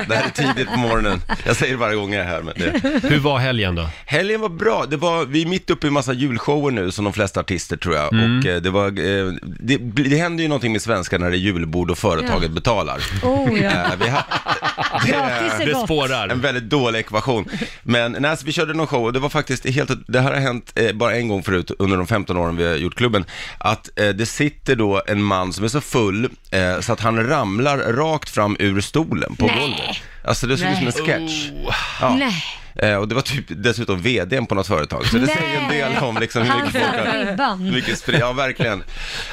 S15: Det här är tidigt på morgonen. Jag säger det varje gång jag är här. Men det...
S1: Hur var helgen då?
S15: Helgen var bra. Det var, vi är mitt uppe i en massa julshower nu, som de flesta artister tror jag.
S1: Mm.
S15: Och eh, det, var, eh, det, det händer ju någonting med svenskar när det är julbord och företaget
S2: Ja.
S15: betalar.
S2: Oh, ja.
S15: Eh, vi har-
S2: Gratis är gott.
S15: En väldigt dålig ekvation. Men nej, alltså, vi körde någon show och det var faktiskt helt, det här har hänt eh, bara en gång förut under de 15 åren vi har gjort klubben, att eh, det sitter då en man som är så full eh, så att han ramlar rakt fram ur stolen på
S2: Nej.
S15: golvet. Alltså det såg ut som en
S2: Nej. Oh.
S15: sketch.
S2: Nej.
S15: Eh, och det var typ dessutom vdn på något företag. Så det
S2: Nej.
S15: säger en del om liksom hur
S2: Han
S15: mycket folk
S2: satte
S15: har...
S2: ribban.
S15: Mycket spri- ja verkligen.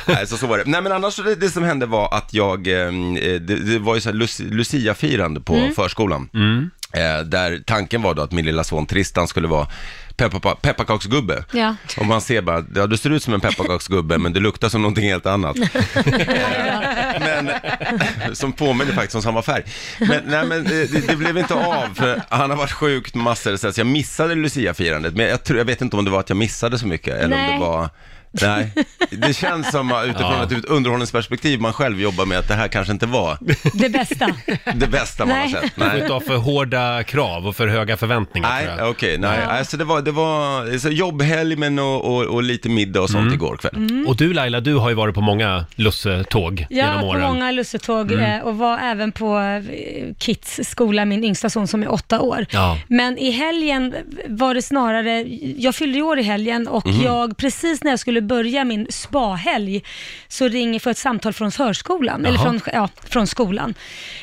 S15: Nej, så, så var det. Nej men annars, det, det som hände var att jag, eh, det, det var ju så här Luc- Lucia-firande på
S16: Mm.
S15: förskolan. Eh, där tanken var då att min lilla son Tristan skulle vara pepparpa- pepparkaksgubbe.
S2: Ja.
S15: Och man ser bara, ja du ser ut som en pepparkaksgubbe men du luktar som någonting helt annat. som påminner faktiskt om samma färg. Men, nej, men eh, det, det blev inte av, för han har varit sjukt massor så jag missade Lucia-firandet, men jag, tror, jag vet inte om det var att jag missade så mycket, eller
S16: Nej.
S15: om det var... Nej, det känns som att utifrån
S16: Ja.
S15: ett underhållningsperspektiv man själv jobbar med att det här kanske inte var
S2: Det bästa.
S15: det bästa man
S2: Nej.
S15: har sett.
S1: Du får inte ha för hårda krav och för höga förväntningar
S15: Nej,
S1: tror
S15: okej,
S1: jag.
S15: nej.
S1: Ja.
S15: Alltså det var, det var så jobbhelg men och, och, och lite middag och sånt
S1: Mm.
S15: igår kväll.
S1: Och du Laila, du har ju varit på många lussetåg
S2: Mm. Ja,
S1: genom
S2: på
S1: åren.
S2: många lussetåg
S1: Mm.
S2: eh, och var även på eh, Kits skola, min yngsta son som är åtta år.
S1: Ja.
S2: Men i helgen var det snarare, jag fyllde ju år i helgen och
S14: Mhm.
S2: jag, precis när jag skulle börja min spahelg, så ringer för ett samtal från förskolan, eller
S14: Jaha.
S2: från, ja, från skolan.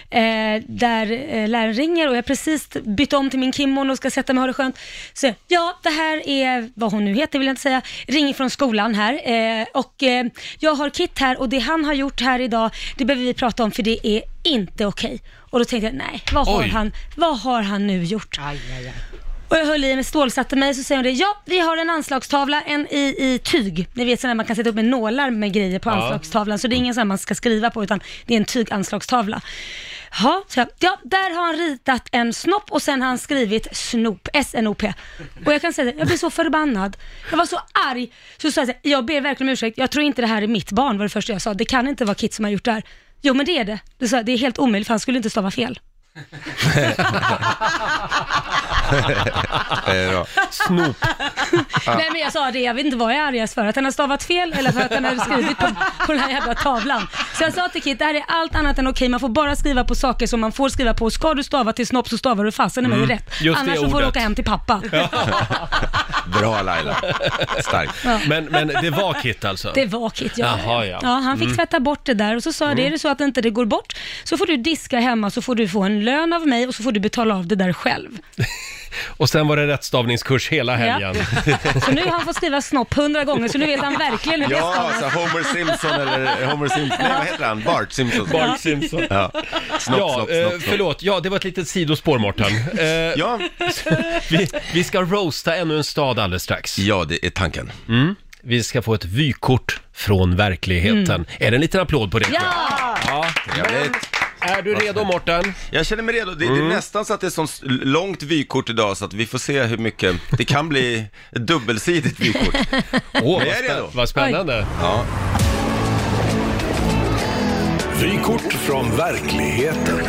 S2: Eh, där eh, läraren ringer och jag har precis bytt om till min kimono och ska sätta mig och ha det skönt. Så ja, det här är, vad hon nu heter vill jag inte säga, ringer från skolan här. Eh, och eh, jag har Kit här och det han har gjort här idag, det behöver vi prata om för det är inte okej. Och då tänkte jag, nej, vad har,
S14: Oj.
S2: han, vad har han nu gjort? Och jag höll i mig, stålsatte mig, så säger hon det. Ja, vi har en anslagstavla, en i, i tyg. Ni vet sådär man kan sätta upp med nålar med grejer på
S14: Ja.
S2: anslagstavlan. Så det är ingen sån här man ska skriva på, utan det är en tyganslagstavla. Ja, så jag, ja, där har han ritat en snopp och sen har han skrivit snop, S-N-O-P. Och jag kan säga det, jag blev så förbannad. Jag var så arg. Så sa jag så här, jag ber verkligen om ursäkt, jag tror inte det här är mitt barn, var det första jag sa. Det kan inte vara Kit som har gjort det här. Jo, men det är det. Det, sa, jag, det är helt omöjligt, för han skulle inte stava fel.
S15: ja.
S1: Snop.
S2: Nej men jag sa det, jag vet inte vad jag är argast för, att han har stavat fel eller för att han har skrivit på, på den här jävla tavlan. Så jag sa till Kit, det här är allt annat än okej, man får bara skriva på saker som man får skriva på. Ska du stava till snopp så stavar du fasen i mig
S15: Mm.
S2: rätt.
S1: Just det
S2: Annars så får du
S1: ordet.
S2: åka hem till pappa.
S15: Bra Laila, starkt.
S2: Ja.
S1: Men, men det var Kit alltså?
S2: Det var Kit, ja.
S1: Jaha, ja.
S2: han fick
S1: Mm.
S2: tvätta bort det där och så sa jag, det, är det så att inte det går bort så får du diska hemma så får du få en lön av mig och så får du betala av det där själv.
S1: Och sen var det rättstavningskurs hela helgen.
S2: Så nu har han fått skriva snopp hundra gånger så nu vet han verkligen hur det
S15: Ja,
S2: stavas.
S15: alltså Homer Simpson eller Homer Simpson, nej vad heter han? Bart Simpson.
S1: Bart Simpson.
S15: Ja, snopp,
S1: ja,
S15: snopp,
S1: eh,
S15: snopp, snopp.
S1: förlåt. Ja, det var ett litet sidospår, Mårten. Eh,
S15: ja.
S1: vi, vi ska roasta ännu en stad alldeles strax.
S15: Ja, det är tanken.
S1: Mm. Vi ska få ett vykort från verkligheten.
S15: Mm.
S1: Är det en liten applåd på det? tror jag? ja.
S15: Trevligt.
S1: Är du redo, Morten?
S15: Jag känner mig redo. Det,
S1: Mm.
S15: det är nästan så att det är så långt vykort idag så att vi får se hur mycket. Det kan bli ett dubbelsidigt vykort.
S1: Åh,
S15: Men jag
S1: vad
S15: är
S1: spä-
S15: redo.
S1: vad spännande.
S15: Ja.
S4: Vykort från verkligheten.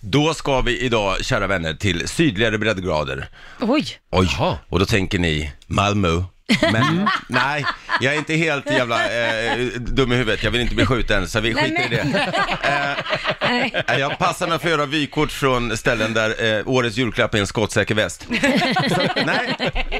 S15: Då ska vi idag, kära vänner, till sydligare breddgrader.
S2: Oj.
S15: Oj, och då tänker ni Malmö. Men nej, jag är inte helt jävla eh, dum i huvudet. Jag vill inte bli skjuten, så vi skiter i det. Eh, Jag passar mig för att göra vykort från ställen där eh, årets julklapp är en skottsäker väst.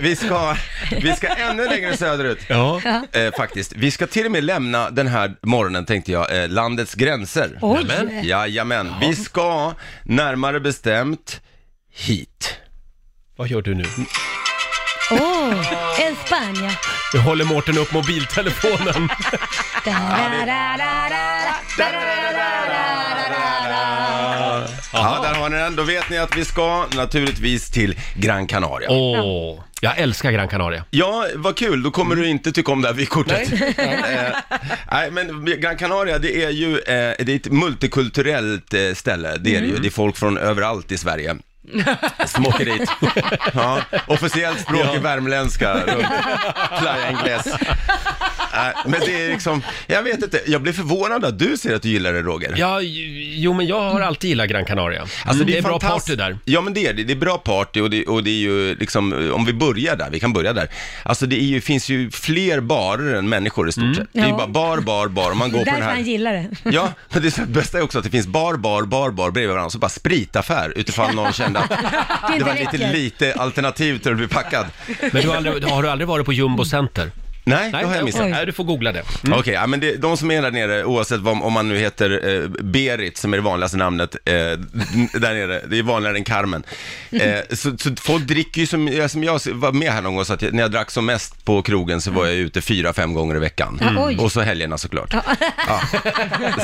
S15: Vi ska, vi ska ännu längre söderut.
S1: Ja.
S2: Ja.
S15: Eh, faktiskt. Vi ska till och med lämna den här morgonen, tänkte jag, eh, landets gränser.
S2: Oj. Nämen.
S15: Jajamän. Vi ska närmare bestämt hit.
S1: Vad gör du nu?
S2: Åh, oh, Espanja.
S1: Nu håller Mårten upp mobiltelefonen.
S15: Ja, där har ni den. Då vet ni att vi ska naturligtvis till Gran Canaria.
S1: Åh, jag älskar Gran Canaria. Mm.
S15: Ja, vad kul. Då kommer du inte tycka om det här vykortet.
S1: Nej.
S15: eh, nej, men Gran Canaria, det är ju eh, det är ett multikulturellt eh, ställe. Det är
S1: Mm.
S15: det ju. Det är folk från överallt i Sverige som åker dit. Ja, officiellt språk är värmländska. runt Playa Ingles. Nej, Men det är liksom, jag vet inte, jag blir förvånad att du säger att du gillar det Roger.
S1: Ja, j- jo men jag har alltid gillat Gran Canaria.
S15: Alltså,
S1: Mm, det är bra
S15: fantastiskt.
S1: party där.
S15: Ja, men det är det. Det är bra party och det, och det är ju liksom, om vi börjar där, vi kan börja där. Alltså det är ju, finns ju fler barer än människor i stort sett. Det är ju
S2: Mm. Ja.
S15: bara bar, bar, bar. Om Man går
S2: Det är
S15: på den
S2: därför han
S15: här.
S2: gillar det.
S15: Ja, men det är så- det bästa är också att det finns bar, bar, bar, bar bredvid varandra, så bara spritaffär utifrån någon kände att det var lite, lite alternativ till att bli packad.
S1: Men du har, aldrig, har du aldrig varit på Jumbo Center?
S15: Nej, det har jag missat.
S1: Nej, du får googla det. Mm.
S2: Mm.
S15: Okej, ja, men det, de som är där nere, oavsett vad, om man nu heter eh, Berit, som är det vanligaste namnet eh, n- där nere, det är vanligare än Carmen. Eh, så, så folk dricker ju som, ja, som jag var med här någon gång, så att jag, när jag drack som mest på krogen så var jag ute fyra, fem gånger i veckan.
S2: Mm. Ja, oj.
S15: Och så helgerna såklart. Ja.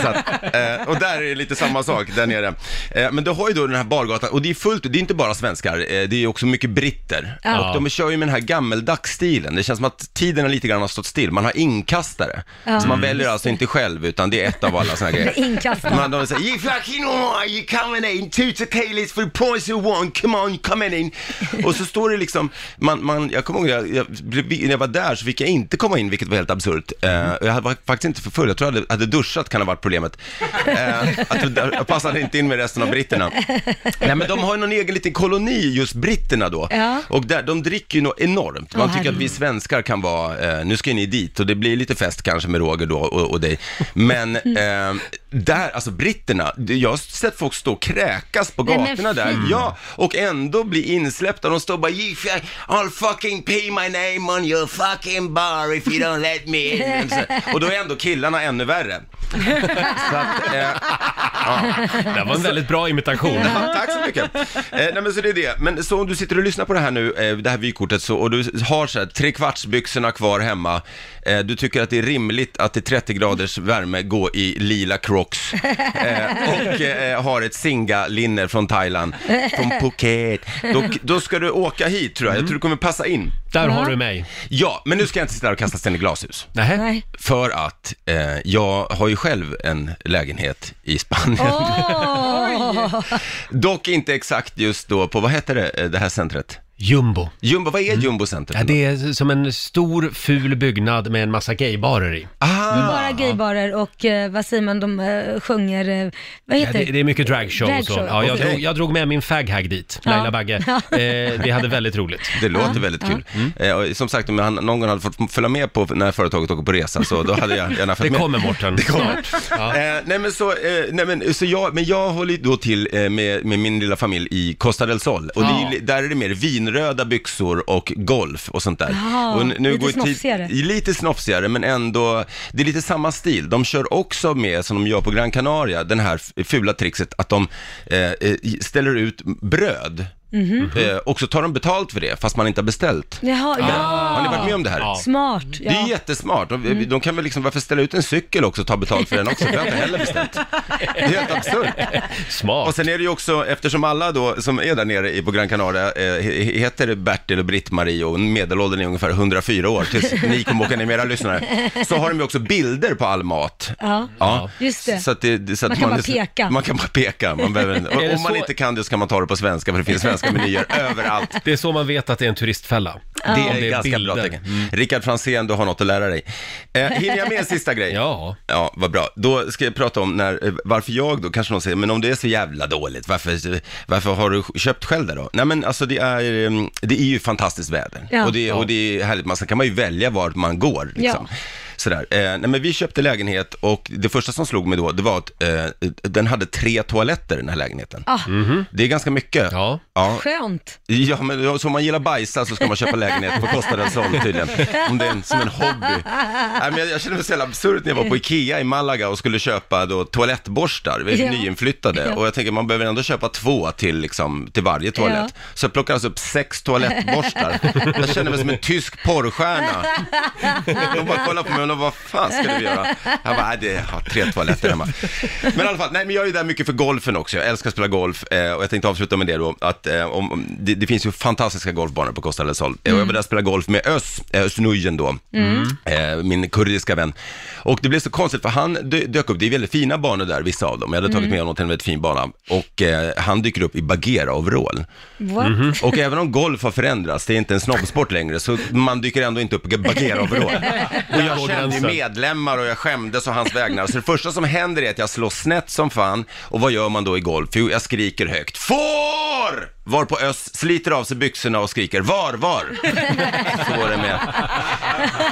S15: Så att, eh, och där är det lite samma sak där nere. Eh, men du har ju då den här bargatan, och det är fullt, det är inte bara svenskar, eh, det är också mycket britter.
S2: Ja.
S15: Och de kör ju med den här gammeldags stilen, det känns som att tiden har lite grann har stått still. Man har inkastare,
S2: Ja.
S15: så man
S2: Mm.
S15: väljer alltså inte själv, utan det är ett av alla sådana grejer.
S2: Inkastare.
S15: Man, de säger, "If fucking are you coming in, two tequilas for points of one, come on, come in. Och så står det liksom, man, man, jag kommer ihåg, jag, jag, blev- när jag var där så fick jag inte komma in, vilket var helt absurt. Eh, och jag hade- var faktiskt inte för full, jag tror jag hade, hade duschat kan ha varit problemet. Eh, att jag, jag passade inte in med resten av britterna. Nej men de har ju någon egen liten koloni, just britterna då.
S2: Ja.
S15: Och där, de dricker ju något enormt. Man
S2: Åh,
S15: tycker att vi
S2: herregud.
S15: svenskar kan vara, eh, nu ska ni dit och det blir lite fest kanske med Roger då och, och dig. Men eh, där, alltså britterna, det- jag har sett folk stå och kräkas på
S16: Nej, men
S15: gatorna där.
S16: fy.
S15: Ja, och ändå bli insläppta. De står bara "You fi- I'll fucking pay my name on your fucking bar if you don't let me in. Så- Och då är ändå killarna ännu värre. Så att, eh,
S1: Det var en väldigt bra imitation.
S15: Ja, tack så mycket. Eh, nej men så det är det. Men så om du sitter och lyssnar på det här nu, eh, det här vykortet, så, och du har så här trekvartsbyxorna kvar hemma. Eh, du tycker att det är rimligt att i 30 graders värme gå i lila crocs. Eh, och eh, har ett singa-linne från Thailand, från Phuket. Då, då ska du åka hit tror jag. Jag tror du kommer passa in.
S1: Där har Ja. du mig.
S15: Ja, men nu ska jag inte sitta här och kasta sten i glashus.
S2: Nej.
S15: För att eh, jag har ju själv en lägenhet i Spanien.
S2: Åh!
S15: Dock inte exakt just då på, vad heter det, eh, det här centret?
S1: Jumbo.
S15: Jumbo, vad är Jumbo Center?
S1: Ja, det är som en stor ful byggnad med en massa gaybarer i.
S2: Det är
S15: Ah!
S2: bara gaybarer och eh, vad säger man, de eh, sjunger, eh, vad
S1: Ja,
S2: heter
S1: det, det är mycket dragshow och så.
S2: Dragshow.
S1: Ja, jag,
S2: Okej.
S1: drog, jag drog med min faghag dit,
S2: Ja.
S1: Laila Bagge.
S2: Ja.
S1: Eh, vi hade väldigt roligt.
S15: Det låter väldigt kul.
S2: Mm.
S15: Eh, och som sagt, om han någon gång hade fått följa med på när företaget åker på resa så då hade jag gärna följt
S1: Det
S15: med.
S1: kommer, Mårten.
S15: Det kommer.
S1: Ja.
S15: Eh, nej men så, eh, nej men så jag, men jag håller ju då till eh, med, med min lilla familj i Costa del Sol och det är, ju- där är det mer vinröda byxor och golf och sånt där.
S2: Ja,
S15: och
S2: lite
S15: ju tid-
S2: snofsigare.
S15: lite snofsigare men ändå, det är lite samma stil. De kör också med, som de gör på Gran Canaria, den här f- fula trixet att de eh, eh, ställer ut bröd
S2: Mhm.
S15: Eh, och så tar de betalt för det, fast man inte har beställt.
S2: Jaha, ja.
S15: Men, Har ni varit med om det här?
S2: Smart, ja.
S15: Det är jättesmart. De, de kan väl liksom, varför ställa ut en cykel också och ta betalt för den också? Det har inte heller beställt. Det är helt absurt.
S1: Smart.
S15: Och sen är det ju också, eftersom alla då som är där nere i- på Gran Canaria eh, he- heter Bertil och Britt-Marie och medelåldern är ungefär 104 år, tills ni kommer åka ner med era lyssnare, så har de ju också bilder på all mat.
S2: Ja.
S15: Ja,
S2: Just det.
S15: Så att det, så att
S2: Man kan bara
S15: är så-
S2: peka.
S15: Man kan bara peka. Man behöver,
S1: Är det
S15: och om man
S1: så-
S15: inte kan det så kan man ta det på svenska, för det finns svenska menyer överallt.
S1: Det är så man vet att det är en turistfälla.
S15: Det
S1: Om
S15: är, ganska
S1: bilder.
S15: bra tecken. Rickard Franzén, du har något att lära dig. Eh, hinner jag med en sista grej?
S1: Ja.
S15: Ja, vad bra. Då ska jag prata om när, eh, varför jag då, kanske någon säger, men om det är så jävla dåligt, varför, varför har du köpt själv det då? Nej men alltså det är, eh, det är ju fantastiskt väder.
S16: Ja.
S15: Och, det, och det är härligt, man sen kan man ju välja vart man går. Liksom.
S16: Ja.
S15: Sådär. Eh, nej men vi köpte lägenhet och det första som slog mig då, det var att eh, den hade tre toaletter den här lägenheten.
S2: Ah.
S15: Det är ganska mycket. Ja.
S2: Skönt.
S15: Ja, men så om man gillar bajsa så ska man köpa lägenhet på Costa del Sol tydligen. Om det är en, som en hobby. Nej, men jag, jag kände mig så jävla absurd när jag var på Ikea i Malaga och skulle köpa då toalettborstar, vi är
S16: Ja.
S15: nyinflyttade.
S16: Ja.
S15: Och jag tänker man behöver ändå köpa två till, liksom, till varje toalett.
S16: Ja.
S15: Så jag plockade alltså upp sex toalettborstar. Jag kände mig som en tysk porrstjärna. De bara kollade på mig och de bara, vad fan ska du göra? Jag bara, "Nej, det jag har tre toaletter hemma. Men i alla fall, nej men jag är ju där mycket för golfen också. Jag älskar att spela golf eh, och jag tänkte avsluta med det då. Att, eh, om, om- det, det finns ju fantastiska golfbanor på Costa del Sol. Eh, Och jag var där och spelade golf med Ös, eh, Öznujen då.
S16: Mm.
S15: Eh, min kurdiska vän. Och det blev så konstigt för han dö- dök upp, det är väldigt fina banor där, vissa av dem. Jag hade tagit
S16: Mm.
S15: med honom till en väldigt fin bana. Och eh, han dyker upp i Bagheera-overall. Mm-hmm.
S16: What? Mhm.
S15: Och även om golf har förändrats, det är inte en snobbsport längre, så man dyker ändå inte upp i Bagheera-overall. Och jag kände ju medlemmar och jag skämdes och hans vägnar. Så det första som händer är att jag slår snett som fan. Och vad gör man då i golf? Jo, jag skriker högt. FÅR! Varpå Ös sliter av sig byxorna och skriker VAR, VAR! Så var det med.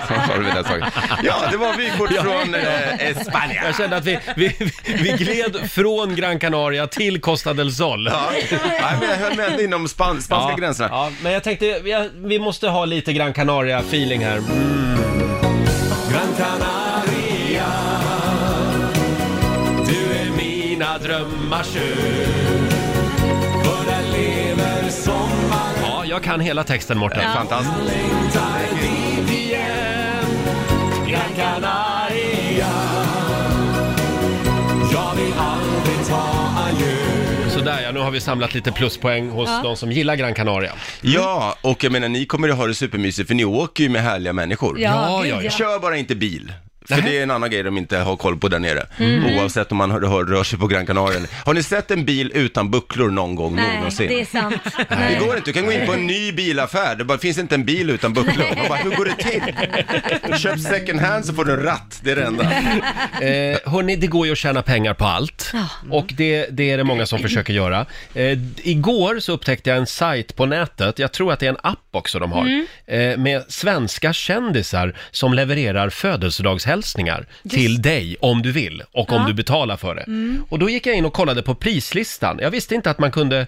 S15: Så var det med den saken. Ja, det var vykort från eh, eh, Spanien.
S1: Jag kände att vi, vi, vi- vi gled från Gran Canaria till Costa del Sol.
S15: Ja, nej, men jag höll mig ändå inom span, spanska
S1: Ja,
S15: gränserna.
S1: Ja, men jag tänkte, vi, vi måste ha lite Gran Canaria-feeling här. Mm. drömmars ö. För där lever sommar. Ja, jag kan hela texten Mårten.
S15: Ja. Fantastiskt.
S5: Gran Canaria Jag vill aldrig ta adjö
S1: Sådär ja, nu har vi samlat lite pluspoäng hos
S5: Ja.
S1: de som gillar Gran Canaria.
S15: Ja, och jag menar ni kommer att ha det supermysigt för ni åker ju med härliga människor.
S1: Ja, Ja, gud, ja, ja.
S15: Kör bara inte bil. För det är en annan grej de inte har koll på där nere.
S2: Mm.
S15: Oavsett om man hör, hör, rör sig på Gran Canaria. eller- Har ni sett en bil utan bucklor någon gång
S2: Nej,
S15: någonsin?
S2: det är sant.
S15: Det går inte, du kan gå in på en ny bilaffär, det bara, finns inte en bil utan bucklor. Man bara, hur går det till? Köp second hand så får du en ratt, det är det enda.
S1: Eh, hörni, det går ju att tjäna pengar på allt. Mm. Och det, det är det många som försöker göra. Eh, igår så upptäckte jag en sajt på nätet, jag tror att det är en app också de har,
S5: Mm.
S1: eh, med svenska kändisar som levererar födelsedagshälsningar
S5: Just-
S1: till dig om du vill och om
S5: Ja.
S1: du betalar för det.
S5: Mm.
S1: Och då gick jag in och kollade på prislistan. Jag visste inte att man kunde,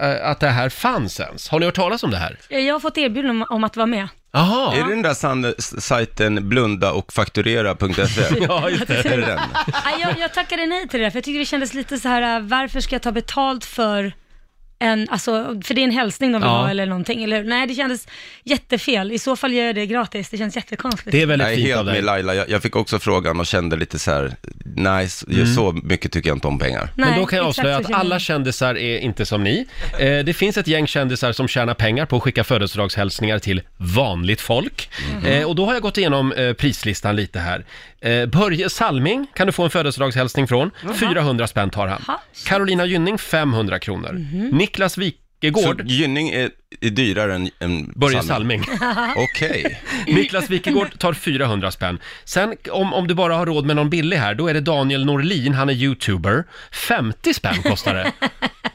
S1: eh, att det här fanns ens. Har ni hört talas om det här?
S2: Jag har fått erbjudande om, om att vara med.
S1: Jaha.
S15: Är det den där san- sajten blundaochfakturera.se?
S1: Ja, just det.
S15: E? Är det den?
S2: Nej, jag, jag tackade nej till det där, för jag tycker det kändes lite så här, äh, varför ska jag ta betalt för en, alltså, för det är en hälsning de vill
S1: Ja.
S2: ha eller någonting, eller hur? Nej, det kändes jättefel. I så fall gör jag det gratis, det känns jättekonstigt.
S15: jag är helt med Laila, jag, jag fick också frågan och kände lite så här, nej, s- ju
S1: Mm.
S15: så mycket tycker jag inte om pengar.
S1: Men
S2: Nej,
S1: då kan jag
S2: exakt
S1: avslöja
S2: så
S1: att
S2: känner
S1: alla
S2: jag.
S1: kändisar är inte som ni. Eh, det finns ett gäng kändisar som tjänar pengar på att skicka födelsedagshälsningar till vanligt folk.
S5: Mhm.
S1: Eh, och då har jag gått igenom eh, prislistan lite här. Eh, Börje Salming kan du få en födelsedagshälsning från. 400 spänn tar han. Carolina Gynning 500 kronor.
S2: Mhm.
S1: Niklas Wikegård.
S15: Så Gynning är, är dyrare än, än
S1: Börje Salming.
S15: Okej.
S1: Niklas Wikegård tar 400 spänn. Sen om, om du bara har råd med någon billig här, då är det Daniel Norlin, han är youtuber. 50 spänn kostar det.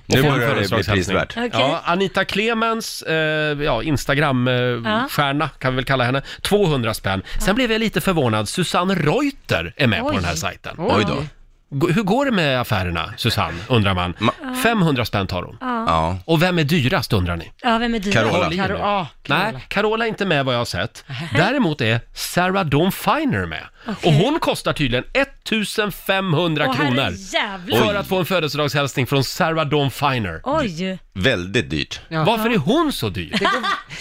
S15: Nu
S1: Och få en
S15: börjar det bli
S1: födelsedagshälsning.
S15: prisvärt. Okej.
S1: Ja, Anita Clemens, eh, ja, Instagram-stjärna
S2: Ja.
S1: eh, stjärna kan vi väl kalla henne, 200 spänn. Sen blev jag lite förvånad, Susanne Reuter är med på
S5: Oj.
S1: den här sajten.
S5: Oj då.
S1: G- Hur går det med affärerna, Susanne, undrar man. 500 spänn tar hon.
S2: Ja.
S1: Och vem är dyrast, undrar ni?
S2: Ja, vem är dyr?
S1: Carola. Nej, Carola är inte med vad jag har sett. Däremot är Sarah Dawn Finer med.
S2: Okej.
S1: Och hon kostar tydligen 1500
S2: Åh,
S1: kronor
S2: herrejävlar.
S1: för
S2: Oj.
S1: att få en födelsedagshälsning från Sarah Dawn Finer.
S2: Oj!
S15: Väldigt dyrt.
S1: Varför är hon så dyr?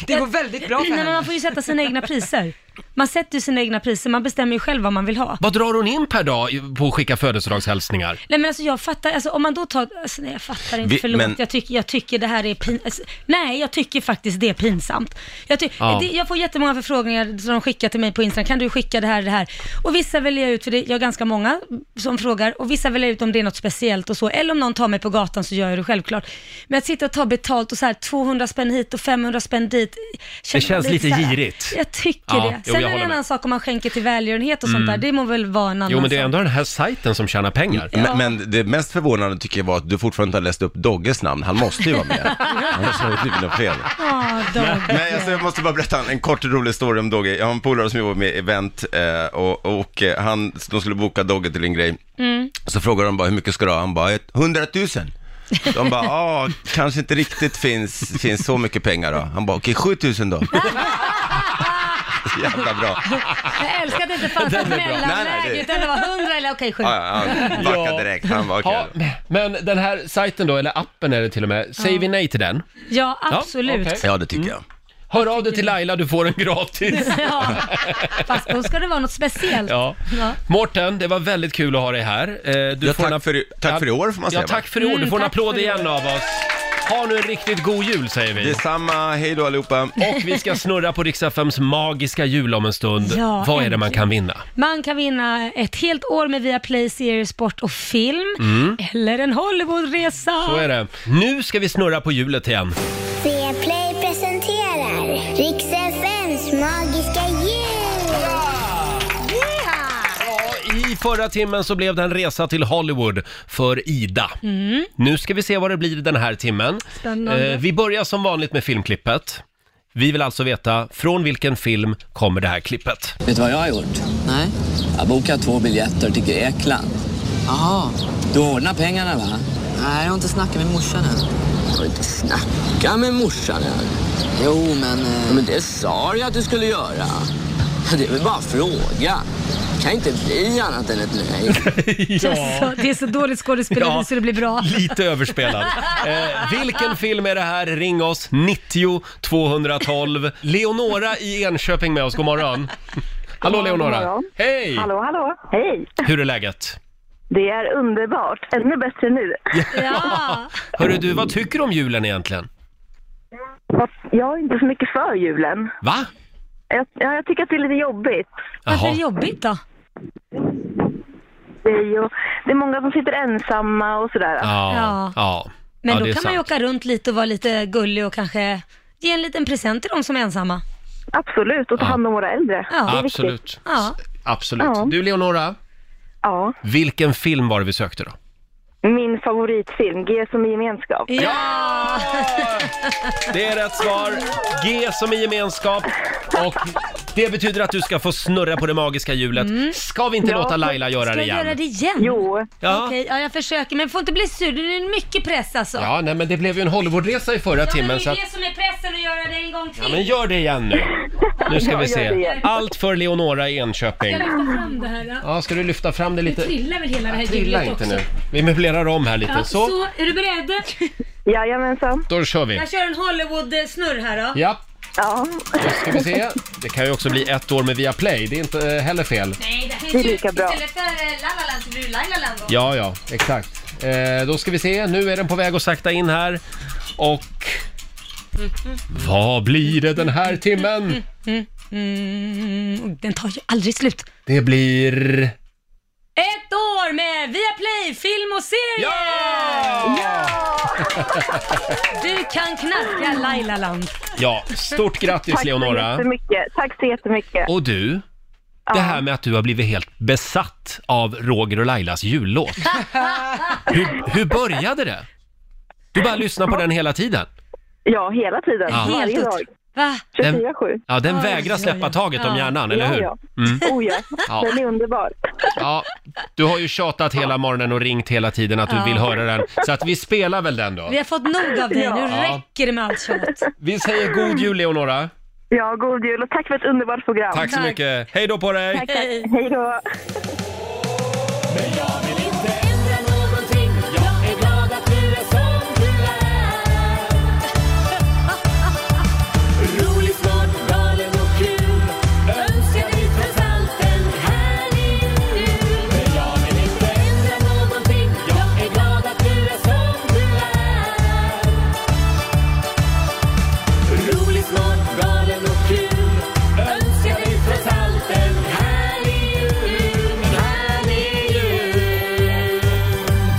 S2: Det går väldigt bra för Nej, men man får ju sätta sina egna priser. Man sätter ju sina egna priser, man bestämmer ju själv vad man vill ha.
S1: Vad drar hon in per dag i- på att skicka födelsedagshälsningar?
S2: Nej men alltså jag fattar, alltså, om man då tar, alltså, nej, jag fattar inte,
S1: Vi-
S2: förlåt,
S1: men-
S2: jag, tycker, jag tycker det här är pinsamt. Alltså, nej, jag tycker faktiskt det är pinsamt. Jag, ty-
S14: Ja.
S2: det, jag får jättemånga förfrågningar som de skickar till mig på Instagram, kan du skicka det här, det här? Och vissa väljer jag ut, för det, jag har ganska många som frågar, och vissa väljer jag ut om det är något speciellt och så, eller om någon tar mig på gatan så gör jag det självklart. Men att sitta och ta betalt och så här 200 spänn hit och 500 spänn dit, känner
S1: känns
S2: man
S1: lite
S2: så här-
S1: girigt.
S2: Jag tycker
S1: Ja, jo,
S2: det.
S1: jag
S2: Sen är det
S1: håller
S2: en
S1: med.
S2: annan sak om man skänker till välgörenhet och sånt
S15: Mm.
S2: där, det må väl vara en annan
S1: Jo, men det är
S2: sak.
S1: ändå den här sajten som tjänar pengar.
S2: Ja.
S15: Men, men det mest förvånande tycker jag var att du fortfarande inte har läst upp Dogges namn, han måste ju vara med. Annars har det blivit något fel.
S2: Ja, Dogge.
S15: Nej, alltså, jag måste bara berätta en, en kort och rolig story om Dogge. Jag har en polare som jobbar med event eh, och, och eh, han, de skulle boka Dogge till en grej.
S5: Mm.
S15: Så frågar de bara hur mycket ska du ha? Han bara "Ett- 100 000. De bara, ja, kanske inte riktigt finns, finns så mycket pengar då. Han bara, okej, 7 000 då. Jävla bra.
S2: Jag älskar att det inte fanns
S15: Den
S2: ett
S15: är bra. Nej, nej,
S2: mellanläge
S15: det-
S2: utan det var 100 eller okej 7.
S15: Ja, ja, han backade direkt. Han bara, okej.
S1: Ja, men den här sajten då, eller appen är det till och med, säger
S2: Ja.
S1: vi nej till den?
S2: Ja, absolut.
S1: Ja, okej. Mm.
S15: Ja, det tycker jag.
S1: Hör av dig till Laila, du får den gratis.
S2: Ja, fast då ska det vara något speciellt.
S1: Ja.
S2: Ja.
S1: Mårten, det var väldigt kul att ha dig här. Eh, Du
S15: Ja, tack
S1: en app-
S15: för i- tack
S1: Ja,
S15: för i år, får man säga,
S1: Ja,
S15: va?
S1: tack för i år. Du
S15: Mm,
S1: får en
S15: tack
S1: applåd
S15: för i
S1: igen av oss. Ha nu en riktigt god jul säger vi.
S15: Detsamma, hej då allihopa.
S1: Och vi ska snurra på Rix FMs magiska jul om en stund.
S2: Ja,
S1: Vad är det man
S2: äntligen.
S1: kan vinna?
S2: Man kan vinna ett helt år med Viaplay serier, sport och film.
S1: Mm.
S2: Eller en Hollywoodresa.
S1: Så är det. Nu ska vi snurra på hjulet igen.
S16: Play presenterar Rix FMs magiska jul!
S1: I förra timmen så blev det en resa till Hollywood för Ida.
S2: Mm.
S1: Nu ska vi se vad det blir den här timmen. Eh,
S2: Spännande.
S1: vi börjar som vanligt med filmklippet. Vi vill alltså veta från vilken film kommer det här klippet?
S11: Vet du vad jag har gjort? Nej. Jag har bokat två biljetter till Grekland. Aha. Du ordnar pengarna va? Nej, jag har inte snackat med morsan än. Har du inte eh, snackat med morsan än? Jo, men... men det sa jag att du skulle göra. Det är väl bara att fråga. Det kan inte bli annat än ett nej.
S2: Jaså, Alltså, det är så dåligt skådespeleri
S1: Ja.
S2: så det blir bra.
S1: Lite överspelad. Eh, vilken film är det här? Ring oss, 90 212. Leonora i Enköping med oss, god morgon. Hallå Leonora. Hej!
S9: Hallå, hallå! Hej!
S1: Hur är läget?
S9: Det är underbart. Ännu bättre nu. Ja.
S1: Hörru du, vad tycker du om julen egentligen?
S9: Jag är inte så mycket för julen.
S1: Va?
S9: Jag, ja, jag tycker att det är lite jobbigt.
S1: Varför är det Jaha.
S2: jobbigt då?
S9: Det är, ju, det är många som sitter ensamma och sådär.
S1: Ja. ja.
S2: Men
S1: ja,
S2: då
S1: det är
S2: kan man ju
S1: sant.
S2: åka runt lite och vara lite gullig och kanske ge en liten present till de som är ensamma.
S9: Absolut, och ta hand om våra äldre.
S2: Ja.
S1: Absolut.
S2: Ja.
S1: Absolut.
S9: Ja.
S1: Du Leonora,
S9: Ja.
S1: vilken film var det vi sökte då?
S9: Min favoritfilm, G som i gemenskap.
S2: Ja!
S1: Det är rätt svar. G som i gemenskap. Och det betyder att du ska få snurra på det magiska hjulet. Ska vi inte låta Laila göra
S2: Mm. Ska
S1: det
S2: jag göra
S1: igen?
S2: det igen?
S9: Jo.
S1: Ja.
S2: Okej, ja, jag försöker. Men får inte bli sur, det är mycket press alltså.
S1: Ja, nej men det blev ju en Hollywoodresa i förra timmen så att...
S2: som är pressen att göra det en gång till.
S1: Ja, men gör det igen nu. Nu ska
S2: Ja,
S1: vi
S2: gör det
S1: se.
S2: igen.
S1: Allt för Leonora i Enköping.
S2: fram det här? då?
S1: Ja, ska du lyfta fram det lite?
S2: väl hela
S1: Ja, Trilla inte nu. Vi möblerar om här lite. Så,
S2: är du beredd?
S9: Jajamensan.
S1: då kör vi.
S2: Jag kör en Hollywood-snurr här då.
S1: Ja,
S9: Ja.
S1: då ska vi se. Det kan ju också bli ett år med Viaplay. Det är inte eh, heller fel.
S2: Nej, det här
S9: Det är lika bra.
S2: Istället för eh, La La Land så blir det Laila Land då.
S1: Ja, ja, exakt. Eh, då ska vi se. Nu är den på väg att sakta in här. Och vad blir det den här timmen?
S2: Mm, mm, den tar ju aldrig slut.
S1: Det blir...
S2: Ett år med Viaplay film och serier! Du kan knacka Laila Land.
S1: Ja, stort grattis Leonora.
S9: Tack så jättemycket. Tack så jättemycket.
S1: Och du, det här med att du har blivit helt besatt av Roger och Lailas jullåt. Hur, hur började det? Du bara lyssnar på den hela tiden?
S9: Ja, hela tiden.
S1: Ja.
S9: Varje
S1: Helt
S9: dag.
S2: Va?
S1: Den-
S9: 24-7.
S1: Ja, den vägrar släppa taget om hjärnan, eller hur?
S9: Ja, ja.
S1: Mm.
S9: Oh, ja.
S1: Ja.
S9: Den är underbar.
S1: Ja, du har ju tjatat hela morgonen och ringt hela tiden att du
S2: Ja.
S1: vill höra den. Så att vi spelar väl den då.
S2: Vi har fått nog av dig,
S1: Ja.
S2: nu räcker det med allt tjat.
S1: Vi säger god jul Leonora.
S9: Ja, god jul och tack för ett underbart program.
S1: Tack så mycket. Hej då på dig.
S9: Tack, tack. Hej då.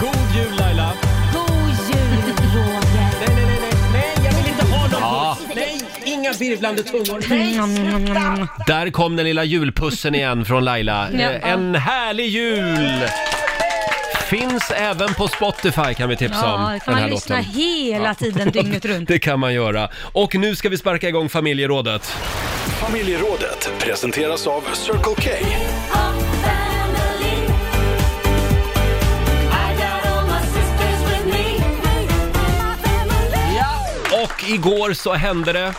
S1: God jul Laila!
S2: God jul Roger!
S1: Nej, nej, nej, nej, nej, jag vill inte ha någon puss. Nej, inga virvlande tungor. Där kom den lilla julpussen igen från Laila.
S2: Ja.
S1: Eh, En härlig jul! Finns även på Spotify kan vi tipsa om.
S2: Ja, det kan
S1: Typ den
S2: man
S1: här
S2: lyssna
S1: låten.
S2: hela tiden, dygnet runt.
S1: Det kan man göra. Och nu ska vi sparka igång familjerådet.
S5: Familjerådet presenteras av Circle K.
S1: Och igår så hände det.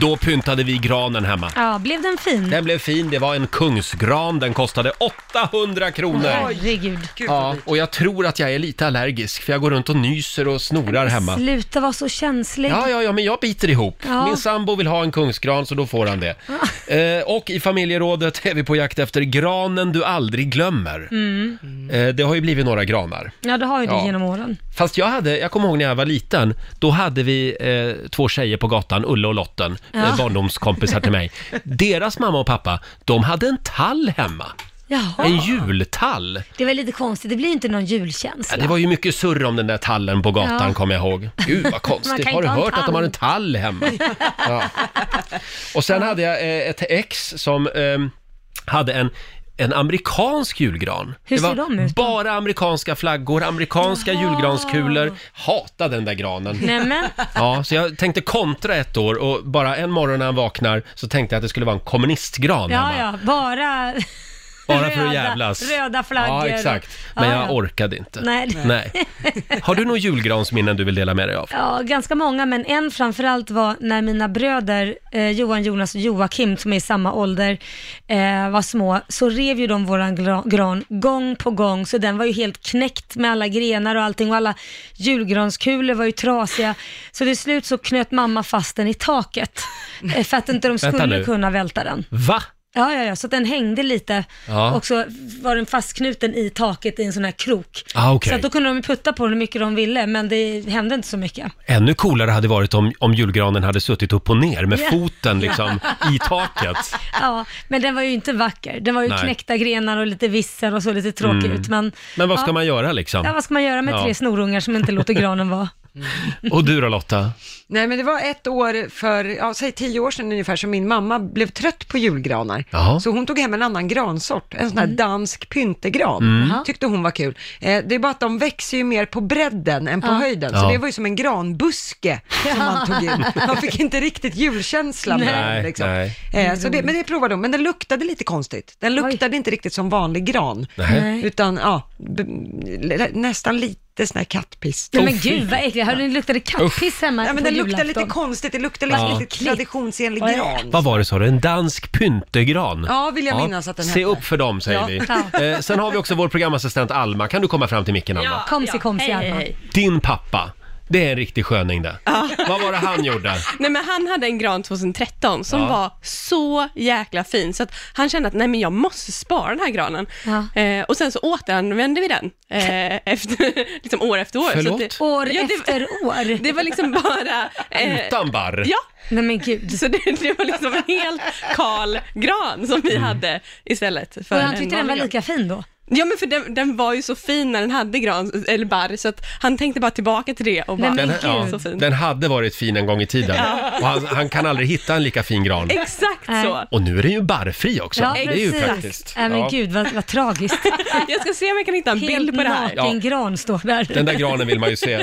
S1: Då pyntade vi granen hemma.
S2: Ja, blev den fin?
S1: Den blev fin, det var en kungsgran, den kostade 800 kronor.
S2: Herregud.
S1: Ja, och jag tror att jag är lite allergisk för jag går runt och nyser och snorar hemma.
S2: Sluta vara så känslig.
S1: Ja, ja, ja, men jag biter ihop.
S2: Ja.
S1: Min sambo vill ha en kungsgran så då får han det. Eh, och i familjerådet är vi på jakt efter granen du aldrig glömmer.
S2: Mm.
S1: Eh, det har ju blivit några granar.
S2: Ja, det har ju du
S1: Ja.
S2: genom åren.
S1: Fast jag hade, jag kommer ihåg när jag var liten, då hade vi eh, två tjejer på gatan, Ulla och Lotten,
S2: Ja.
S1: eh, barndomskompisar till mig. Deras mamma och pappa, de hade en tall hemma.
S2: Jaha.
S1: En jultall.
S2: Det var lite konstigt, det blir ju inte någon julkänsla.
S1: Ja, det var ju mycket surr om den där tallen på gatan,
S2: Ja.
S1: kommer jag ihåg. Gud vad
S2: Man
S1: konstigt,
S2: kan
S1: har du
S2: inte ha en
S1: hört att de
S2: tall.
S1: har en tall hemma? Ja. Och sen hade jag eh, ett ex som ehm, hade en en amerikansk julgran.
S2: Hur
S1: det
S2: ser
S1: var
S2: de ut
S1: bara amerikanska flaggor, amerikanska julgranskulor. Hata den där granen.
S2: Nämen.
S1: Ja, så jag tänkte kontra ett år och bara en morgon när han vaknar så tänkte jag att det skulle vara en kommunistgran
S2: Ja,
S1: hemma.
S2: ja, bara
S1: Bara för
S2: Röda-
S1: att jävlas.
S2: röda
S1: Ja,
S2: flaggor
S1: exakt.
S2: och-
S1: Men
S2: Ja,
S1: jag
S2: ja.
S1: orkade inte.
S2: Nej.
S1: Nej. Har du några julgransminnen du vill dela med dig av?
S2: Ja, ganska många, men en framförallt var när mina bröder eh, Johan, Jonas och Joakim, som är i samma ålder, eh, var små, så rev ju de våran gra- gran gång på gång, så den var ju helt knäckt med alla grenar och allting och alla julgranskulor var ju trasiga. Så till slut så knöt mamma fast den i taket, eh, för att inte de
S1: Vänta
S2: skulle
S1: nu.
S2: kunna välta den.
S1: Va?
S2: Ja, ja, ja, så att den hängde lite
S1: Ja.
S2: och så var den fastknuten i taket i en sån här krok.
S1: Ah, okej.
S2: Så att då kunde de ju putta på den hur mycket de ville, men det hände inte så mycket.
S1: Ännu coolare hade varit om, om julgranen hade suttit upp och ner med
S2: Ja.
S1: foten liksom i taket.
S2: Ja, men den var ju inte vacker. Den var ju
S1: Nej.
S2: knäckta grenar och lite visser och så lite tråkig
S1: Mm.
S2: ut. Men,
S1: Men vad ska
S2: ja.
S1: man göra liksom?
S2: Ja, vad ska man göra med
S1: Ja.
S2: tre snorungar som inte låter granen vara?
S1: Och du då Lotta?
S3: Nej, men det var ett år för, ja, säg tio år sedan ungefär, som min mamma blev trött på julgranar.
S1: Jaha.
S3: Så hon tog hem en annan gransort, en sån
S2: Mm.
S3: här dansk pyntegran.
S1: Mm. Jaha.
S3: Tyckte hon var kul. Eh, det är bara att de växer ju mer på bredden än på
S2: Ja.
S3: höjden, så
S1: Ja.
S3: det var ju som en granbuske som man tog in. Man fick inte riktigt julkänsla med den. Liksom.
S1: nej.
S2: Mm,
S3: Eh, så det, men det provade hon, men den luktade lite konstigt. Den luktade inte riktigt som vanlig gran,
S1: Nej. Nej.
S3: utan ja, b- l- nästan lite sån här kattpiss.
S2: Nej, men gud vad äckligt. Jag hörde det luktade kattpiss hemma
S3: Ja, men
S2: på
S3: den luktar lite
S2: julafton.
S3: konstigt, det luktar
S1: Ja.
S3: lite, lite traditionsenlig
S2: Vad är-
S3: gran.
S1: Vad var det sa du? En dansk pyntegran?
S3: Ja, vill jag minnas att den
S1: Se
S3: hette.
S1: upp för dem säger
S3: Ja.
S1: vi.
S3: Ja.
S1: Eh, sen har vi också vår programassistent Alma. Kan du komma fram till micken Alma?
S2: Komsi, komsi, Alma.
S1: Din pappa, det är en riktig sköning det.
S17: Ja.
S1: Vad var det han gjorde?
S17: Nej men han hade en gran 2013 som
S1: Ja.
S17: var så jäkla fin så att han kände att nej men jag måste spara den här granen. Eh, och sen så återanvände vi den eh, efter, liksom år efter år.
S1: Förlåt?
S17: Så att det, år efter år? Det var liksom bara... eh,
S1: Utan barr?
S17: Ja.
S2: Nej men gud.
S17: Så det, det var liksom en helt kal gran som
S1: Mm.
S17: vi hade istället för
S2: Och han
S17: en
S2: tyckte den
S17: vanlig
S2: var
S17: gran.
S2: lika fin då?
S17: Ja men för den, den var ju så fin när den hade gran, eller barr, så att han tänkte bara tillbaka till det och bara,
S1: Den, ja,
S17: så fin.
S1: den hade varit fin en gång i tiden.
S17: Ja.
S1: Och han, han kan aldrig hitta en lika fin gran.
S17: Exakt så.
S1: Och nu är den ju barrfri också.
S2: Ja,
S1: det är ju
S2: precis.
S1: praktiskt.
S2: Nej men
S1: Ja.
S2: gud vad, vad tragiskt.
S17: Jag ska se om jag kan hitta en
S2: bild på det här.
S1: Ja.
S2: naken gran står där.
S1: Den där granen vill man ju se.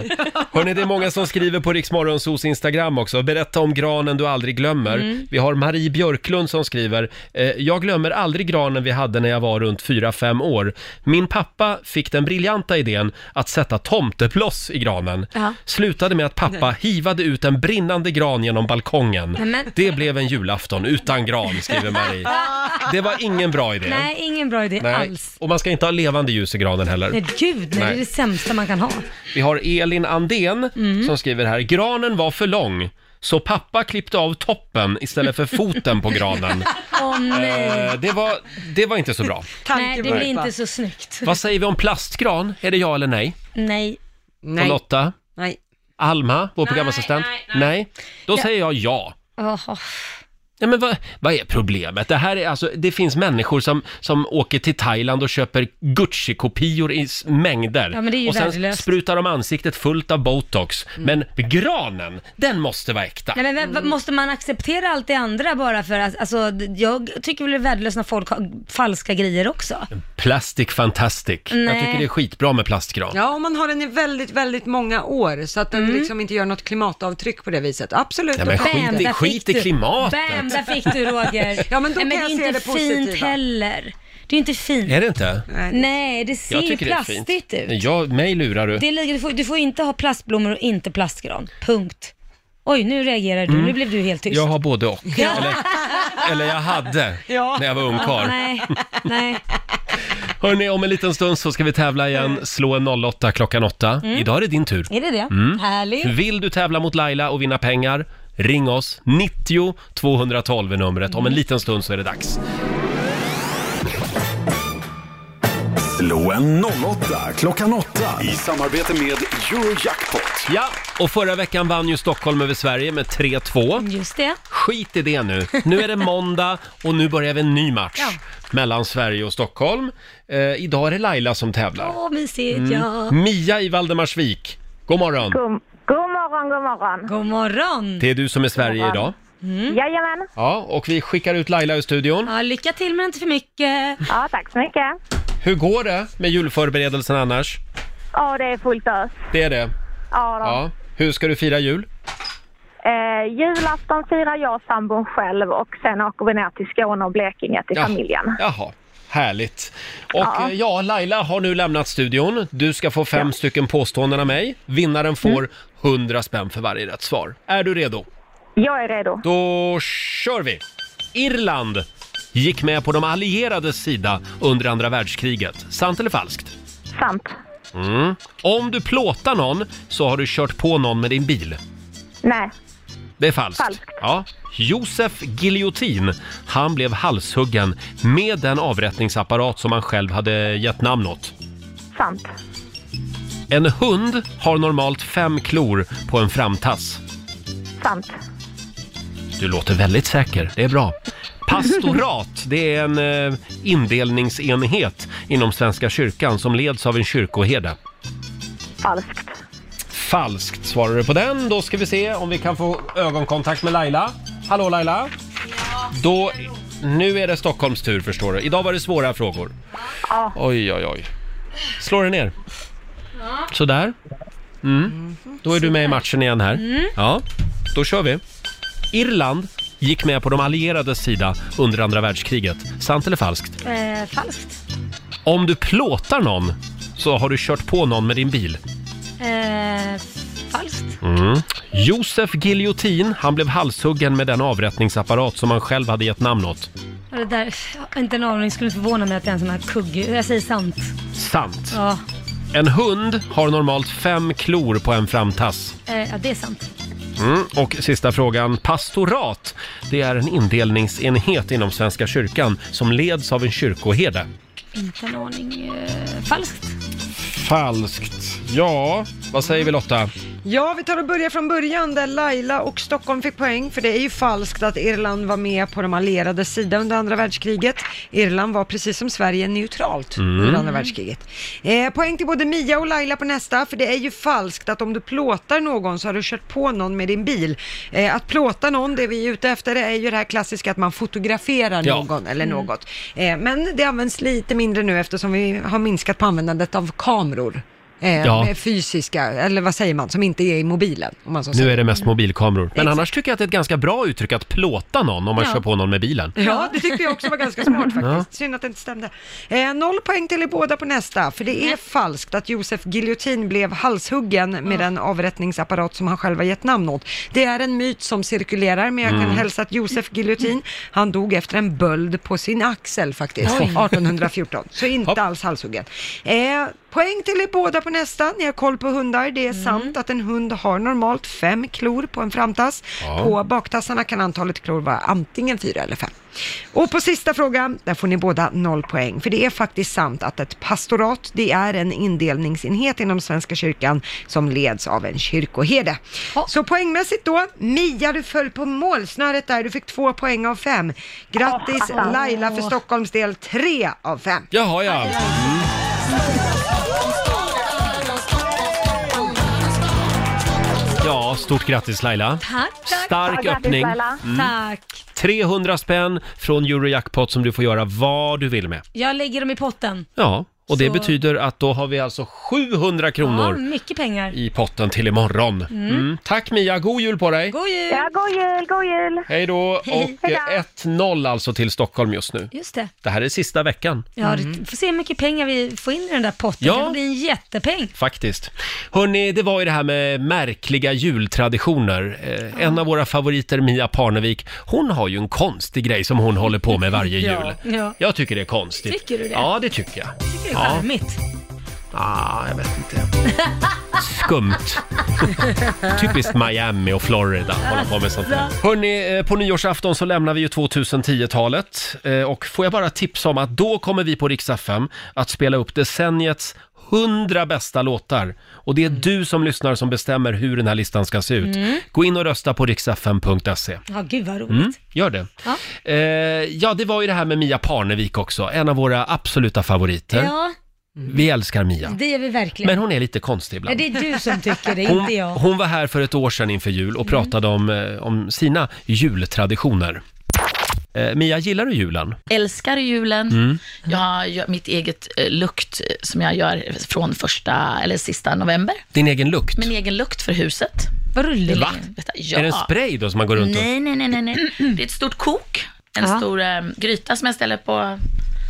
S1: Hörrni, det är många som skriver på Riksmorgonsos Instagram också. Berätta om granen du aldrig glömmer.
S18: Mm.
S1: Vi har Marie Björklund som skriver. Eh, jag glömmer aldrig granen vi hade när jag var runt 4-5 år. Min pappa fick den briljanta idén att sätta tomtebloss i granen.
S2: Ja.
S1: Slutade med att pappa
S2: Nej.
S1: hivade ut en brinnande gran genom balkongen.
S2: Nej, men-
S1: Det blev en julafton utan gran, skriver Marie. Det var ingen bra idé.
S2: Nej, ingen bra idé
S1: Nej.
S2: alls.
S1: Och man ska inte ha levande ljus i granen heller.
S2: Nej, gud, nej. det
S1: Nej.
S2: är det sämsta man kan ha.
S1: Vi har Elin Andén
S2: Mm.
S1: som skriver här. Granen var för lång, så pappa klippte av toppen istället för foten på granen.
S2: Åh nej.
S1: Eh, det, var, det var inte så bra.
S2: nej, det blir
S1: tanken var-
S2: inte så snyggt.
S1: Vad säger vi om plastgran? Är det ja eller nej?
S2: Nej.
S1: Och Lotta?
S3: Nej.
S1: Alma, vår programassistent? Nej, Då
S2: Ja.
S1: säger jag ja.
S2: Jaha.
S1: Ja, men vad, vad är problemet? Det, här är alltså, det finns människor som, som åker till Thailand och köper Gucci-kopior i s- mängder.
S2: Ja, men det är ju
S1: och sen
S2: värdelöst. Mm.
S1: sprutar de ansiktet fullt av botox. Men granen, den måste vara äkta.
S2: Nej, men, vad- Måste man acceptera allt det andra bara för att, alltså, d- jag tycker väl det är värdelöst när folk har falska grejer också.
S1: Plastic Fantastic. Jag
S3: Nej.
S1: tycker det är skitbra med plastgran.
S3: Ja, om man har den i väldigt, väldigt många år så att den
S2: Mm.
S3: liksom inte gör något klimatavtryck på det viset. Absolut.
S1: Nej, men
S3: då kan
S1: skit
S3: man
S1: i-
S3: det.
S1: där skit fick i du. klimatet.
S2: Bam, där fick du Roger.
S3: Ja, men då
S2: Nej,
S3: kan jag
S2: det
S3: se
S2: är
S3: det
S2: inte fint
S3: positiva.
S2: heller. Det är inte fint.
S1: Är det inte?
S2: Nej, det ser ju plastigt ut.
S1: Ja, mig lurar du.
S2: Det är, lika- du, får, du får inte ha plastblommor och inte plastgran. Punkt. Oj, nu reagerar du.
S1: Mm.
S2: Nu blev du helt tyst.
S1: Jag har både och.
S2: Ja.
S1: Eller, eller jag hade, när jag var ungkarl.
S2: Nej, nej.
S1: Hörni, om en liten stund så ska vi tävla igen. Slå en 08 klockan 8.
S2: Mm.
S1: Idag är det din tur.
S2: Är det det?
S1: Mm.
S2: Härligt.
S1: Vill du tävla mot Laila och vinna pengar? Ring oss. 90 212 är numret.
S2: Mm.
S1: Om en liten stund så är det dags.
S4: Slå en 08 klockan 8
S19: I samarbete med Eurojackpot.
S1: Ja, och förra veckan vann ju Stockholm över Sverige med 3-2.
S2: Just det.
S1: Skit i det nu. Nu är det måndag och nu börjar vi en ny match
S2: Ja.
S1: mellan Sverige och Stockholm. Eh, idag är det Laila som tävlar.
S2: Åh, mysigt.
S1: Mm.
S2: Ja.
S1: Mia i Valdemarsvik, god morgon.
S9: God, god morgon, god morgon.
S2: God morgon. Mm.
S1: Det är du som är Sverige idag.
S9: Jajamän.
S1: Ja, och vi skickar ut Laila ur studion.
S2: Ja, lycka till men inte för mycket.
S9: Ja, tack så mycket.
S1: Hur går det med julförberedelsen annars?
S9: Ja, det är fullt ös.
S1: Det är det.
S9: Ja, då.
S1: Ja. Hur ska du fira jul?
S9: Eh, julafton firar jag och sambon själv och sen åker vi ner till Skåne och Blekinge till
S1: Ja.
S9: familjen.
S1: Jaha, Härligt. Och
S18: Ja.
S1: ja. ja, Laila har nu lämnat studion. Du ska få fem stycken påståenden av mig. Vinnaren
S9: Mm.
S1: får 100 spänn för varje rätt svar. Är du redo?
S9: Jag är redo.
S1: Då kör vi! Irland gick med på de allierades sida under andra världskriget. Sant eller falskt?
S9: Sant.
S1: Mm. Om du plåtar någon så har du kört på någon med din bil.
S9: Nej.
S1: Det är falskt.
S9: Falskt.
S1: Ja. Josef Guillotin, han blev halshuggen med den avrättningsapparat som han själv hade gett namn åt.
S9: Sant.
S1: En hund har normalt fem klor på en framtass.
S9: Sant.
S1: Du låter väldigt säker, det är bra. Pastorat, det är en eh, indelningsenhet inom Svenska kyrkan som leds av en kyrkoherde.
S9: Falskt.
S1: Falskt svarar du på den. Då ska vi se om vi kan få ögonkontakt med Laila. Hallå Laila! Då, nu är det Stockholms tur förstår du. Idag var det svåra frågor.
S9: Ja.
S1: Oj, oj, oj. Slår den ner. Sådär. Mm. Då är du med i matchen igen här.
S2: Mm.
S1: Ja, då kör vi. Irland gick med på de allierades sida under andra världskriget. Sant eller falskt?
S2: Eh, falskt.
S1: Om du plåtar någon så har du kört på någon med din bil.
S2: Eh, falskt.
S1: Mm. Josef Guillotin, han blev halshuggen med den avrättningsapparat som han själv hade gett namn åt.
S2: Ja, Det där, jag har inte en aning, skulle inte förvåna mig att det är en sån här kugg. Jag säger sant.
S1: Sant.
S2: Ja,
S1: En hund har normalt fem klor på en framtass.
S2: eh, ja det är sant.
S1: Mm. Och sista frågan, pastorat. Det är en indelningsenhet inom Svenska kyrkan som leds av en kyrkoherde.
S2: Inte en aning. Eh, falskt.
S1: Falskt. Ja, vad säger vi Lotta?
S3: Ja, vi tar och börjar från början där Laila och Stockholm fick poäng, för det är ju falskt att Irland var med på de allierades sida under andra världskriget. Irland var precis som Sverige neutralt
S9: Mm.
S3: under andra världskriget. Eh, poäng till både Mia och Laila på nästa, för det är ju falskt att om du plåtar någon så har du kört på någon med din bil. Eh, att plåta någon, det vi är ute efter, det är ju det här klassiska att man fotograferar
S9: Ja.
S3: någon eller
S9: Mm.
S3: något. Eh, men det används lite mindre nu eftersom vi har minskat på användandet av kameror. Eh,
S1: Ja.
S3: med fysiska, eller vad säger man, som inte är i mobilen. Om man så
S1: Nu
S3: säger.
S1: är det mest mobilkameror. Men
S3: Exakt.
S1: annars tycker jag att det är ett ganska bra uttryck att plåta någon om man
S3: Ja.
S1: kör på någon med bilen.
S3: Ja, det tyckte jag också var ganska smart faktiskt.
S1: Ja.
S3: Synd att det inte stämde. Eh, noll poäng till er båda på nästa, för det är falskt att Josef Guillotin blev halshuggen med den avrättningsapparat som han själv har gett namn åt. Det är en myt som cirkulerar, men jag kan
S9: Mm.
S3: hälsa att Josef Guillotin, han dog efter en böld på sin axel faktiskt,
S9: Oj.
S3: 1814. Så inte alls halshuggen. Eh, Poäng till er båda på nästa. Ni har koll på hundar. Det är sant att en hund har normalt fem klor på en framtass.
S9: Ja.
S3: På baktassarna kan antalet klor vara antingen fyra eller fem. Och på sista frågan, där får ni båda noll poäng. För det är faktiskt sant att ett pastorat, det är en indelningsenhet inom Svenska kyrkan som leds av en kyrkoherde. Så poängmässigt då, Mia du föll på målsnöret där. Du fick två poäng av fem. Grattis
S18: alltså.
S9: Ja.
S3: Laila för Stockholms del, tre av fem.
S1: Jaha, ja. Mm. Ja, stort grattis Laila.
S2: Tack, tack.
S1: Stark öppning. Mm.
S2: Tack.
S1: 300 spänn från Eurojackpot som du får göra vad du vill med.
S2: Jag lägger dem i potten.
S1: Ja, och det
S2: Så-
S1: betyder att då har vi alltså 700 kronor
S2: Ja, mycket pengar.
S1: i potten till imorgon.
S2: Mm.
S1: Mm. Tack Mia, god jul på dig!
S2: God jul!
S9: Ja, god jul, god jul!
S1: Hej då!
S9: Hej.
S1: Och
S9: Hej
S1: eh, 1-0 alltså till Stockholm just nu.
S2: Just det.
S1: Det här är sista veckan.
S2: Ja, du får se hur mycket pengar vi får in i den där potten.
S1: Mm. Ja.
S2: Det kan bli en jättepeng.
S1: Faktiskt. Hörni, det var ju det här med märkliga jultraditioner. Eh, En av våra favoriter, Mia Parnevik, hon har ju en konstig grej som hon håller på med varje
S2: Ja,
S1: jul.
S2: ja.
S1: Jag tycker det är konstigt.
S2: Tycker du det?
S1: Ja, det tycker jag.
S2: Det är
S1: ja.
S2: charmigt.
S1: Ah, jag vet inte. Skumt. Typiskt Miami och Florida hålla på med sånt där. Hörni, på nyårsafton så lämnar vi ju 2010-talet. Eh, Och får jag bara tipsa om att då kommer vi på Rix FM att spela upp decenniets 100 bästa låtar. Och det är du som lyssnar som bestämmer hur den här listan ska se ut.
S2: Mm.
S1: Gå in och rösta på riksfm.se.
S2: Ja, gud vad roligt.
S1: Mm, gör det.
S2: Ja.
S1: Eh, ja, det var ju det här med Mia Parnevik också, en av våra absoluta favoriter.
S2: Ja,
S1: Vi älskar Mia.
S2: det gör vi verkligen.
S1: Men hon är lite konstig
S2: Nej,
S1: ibland.
S2: det är du som tycker det,
S1: Hon,
S2: inte jag.
S1: hon var här för ett år sedan inför jul
S20: Mm.
S1: och pratade om, eh, om sina jultraditioner. Eh, Mia, gillar du julen?
S20: älskar julen.
S1: Mm.
S20: Jag gör mitt eget eh, lukt eh, som jag gör från första eller sista november.
S1: Din egen lukt?
S20: Min egen lukt för huset.
S2: Vadå lukt?
S1: Va?
S20: Ja.
S1: Är det en spray då som man går runt och...
S20: Nej, nej, nej, nej, nej. Det är ett stort kok. En
S1: Ja.
S20: stor eh, gryta som jag ställer på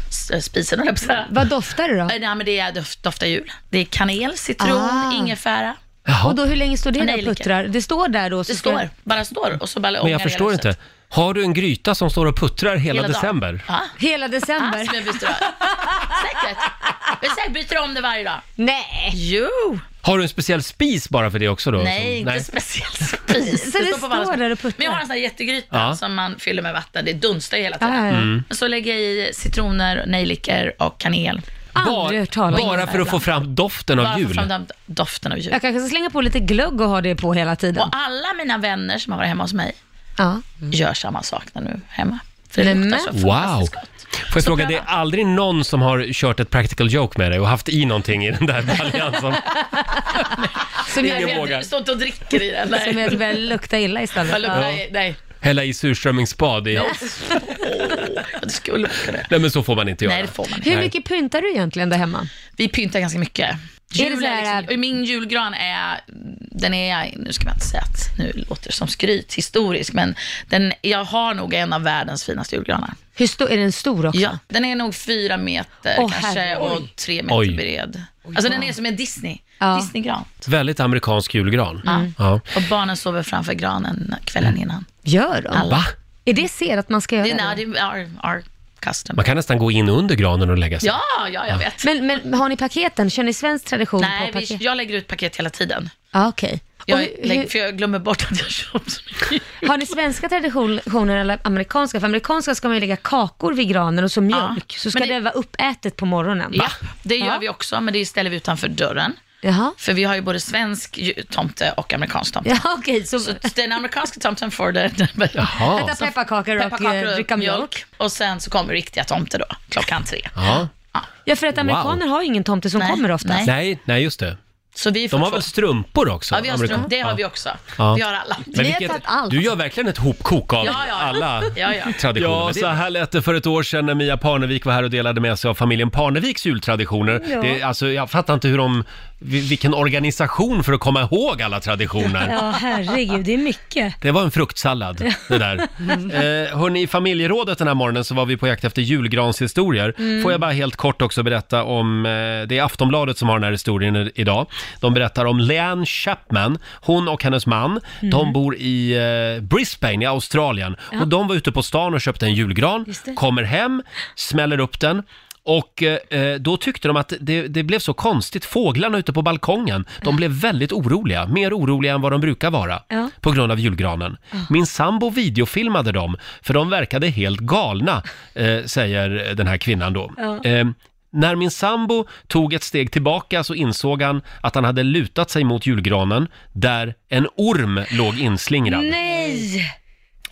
S20: s- spisen, höll jag på att säga. Eh,
S18: Vad doftar det då?
S20: Nej, men det är doft, doftar jul. Det är kanel, citron,
S18: Ah.
S20: ingefära.
S1: Jaha.
S18: Och då hur länge står det där
S20: Nejlika.
S18: och puttrar? Det står där då?
S20: Det står, bara står och så bara
S1: Men jag förstår inte. Har du en gryta som står och puttrar hela,
S20: Hela dagen.
S1: december?
S18: Hela december?
S20: Ah, som jag byter av. Säkert. Jag är säker, byter om det varje dag.
S18: Nej.
S20: Jo.
S1: Har du en speciell spis bara för det också då?
S20: Nej, inte speciell spis.
S18: Så det
S20: på alla
S18: står
S20: spis.
S18: där och puttrar?
S20: Men jag har en sån här jättegryta
S1: Ja.
S20: som man fyller med vatten. Det dunstar ju hela tiden.
S1: Ah, ja, ja. Mm.
S20: Men Så lägger jag i citroner, nejlikor och kanel.
S1: bara, bara för att få fram doften av
S20: Bara för
S1: jul?
S20: att få fram den doften av jul.
S18: Jag kanske ska slänga på lite glögg och ha det på hela tiden.
S20: Och alla mina vänner som har varit hemma hos mig
S18: Ja.
S20: gör samma sak när nu hemma. För det
S18: Nämen.
S20: luktar så
S1: Wow! Får jag
S20: Så
S1: fråga,
S20: pröva.
S1: det är aldrig någon som har kört ett practical joke med dig och haft i någonting i den där baljan som...
S20: Som
S1: Ingen
S20: jag
S1: vågar.
S20: jag står inte och dricker i den.
S18: Som jag börjar lukta illa istället.
S20: Jag luktar,
S18: Ja.
S20: i- Nej.
S1: Hälla i surströmmingsspad i...
S20: Ja. Det skulle kunna.
S1: Nej men så får man inte göra.
S20: Nej, det får man inte.
S18: Hur mycket pyntar du egentligen där hemma?
S20: Vi pyntar ganska mycket.
S18: Är
S20: Jul
S18: det
S20: är
S18: så här,
S20: liksom, och min julgran är, den är, nu ska man inte säga att, nu låter det som skryt, historisk, men den, jag har nog en av världens finaste julgranar.
S18: hur stor, är den stor också?
S20: Ja, den är nog fyra meter
S18: Åh,
S20: kanske
S18: herre, oj.
S20: och tre meter
S1: Oj.
S20: bred. Alltså den är som en Disney, Disneygran.
S1: Väldigt amerikansk julgran.
S20: Mm.
S1: Ja.
S20: Och barnen sover framför granen kvällen innan.
S18: Gör de?
S20: Alla. Va?
S18: Är det ser att man ska göra
S20: Det är, det är our, our custom.
S1: Man kan nästan gå in under granen och lägga sig.
S20: Ja, ja, jag vet.
S18: Men, men har ni paketen? Kör ni svensk tradition
S20: Nej,
S18: på paket?
S20: vi, jag lägger ut paket hela tiden.
S18: Ja, okej. Och
S20: Jag,
S18: hur-
S20: lägger,
S18: hur-
S20: för jag glömmer bort att jag köper så mycket.
S18: Har ni svenska traditioner eller amerikanska? För amerikanska ska man ju lägga kakor vid granen och så mjölk, så ska det, vara uppätet på morgonen.
S20: Ja, det gör vi också, men det ställer vi utanför dörren. För vi har ju både svensk ju- tomte och amerikansk tomte.
S18: Ja, okej. så...
S20: den amerikanska tomten får det.
S18: Äta
S20: Så-
S18: pepparkakor och, eh, dricka mjölk.
S20: Och sen så kommer riktiga tomte då, klockan tre.
S1: Ja.
S18: Ja, för att amerikaner har ju ingen tomte som kommer ofta.
S1: Nej. nej, just det. De har väl strumpor också?
S20: Ja, vi har
S1: amerikan-
S20: strumpor. Det har
S1: Ja.
S20: vi också.
S1: Ja.
S20: Vi har alla.
S1: Men vilket, du gör verkligen ett hopkok av
S20: Ja, ja, ja.
S1: alla
S20: Ja, ja.
S1: traditioner.
S20: Ja,
S1: Ja,
S20: det-
S1: så här lät det för ett år sedan när Mia Parnevik var här och delade med sig av familjen Parneviks jultraditioner.
S18: Ja.
S1: Det, är- alltså, jag fattar inte hur de, vi- vilken organisation för att komma ihåg alla traditioner.
S18: Ja, herregud, det är mycket.
S1: Det var en fruktsallad, det där.
S18: Mm.
S1: Eh, hörni, i familjerådet den här morgonen så var vi på jakt efter julgranshistorier.
S18: Mm.
S1: Får jag bara helt kort också berätta om, eh, det är Aftonbladet som har den här historien i- idag. De berättar om Leanne Chapman, hon och hennes man.
S5: Mm.
S1: De bor i eh, Brisbane i Australien.
S5: Ja.
S1: Och de var ute på stan och köpte en julgran,
S5: Just det.
S1: kommer hem, smäller upp den. Och eh, eh, då tyckte de att det, det blev så konstigt, fåglarna ute på balkongen, de blev väldigt oroliga, mer oroliga än vad de brukar vara
S5: Ja.
S1: på grund av julgranen. Min sambo videofilmade dem, för de verkade helt galna, eh, säger den här kvinnan då.
S5: Ja.
S1: Eh, när min sambo tog ett steg tillbaka så insåg han att han hade lutat sig mot julgranen där en orm låg inslingrad.
S18: Mm. Nej!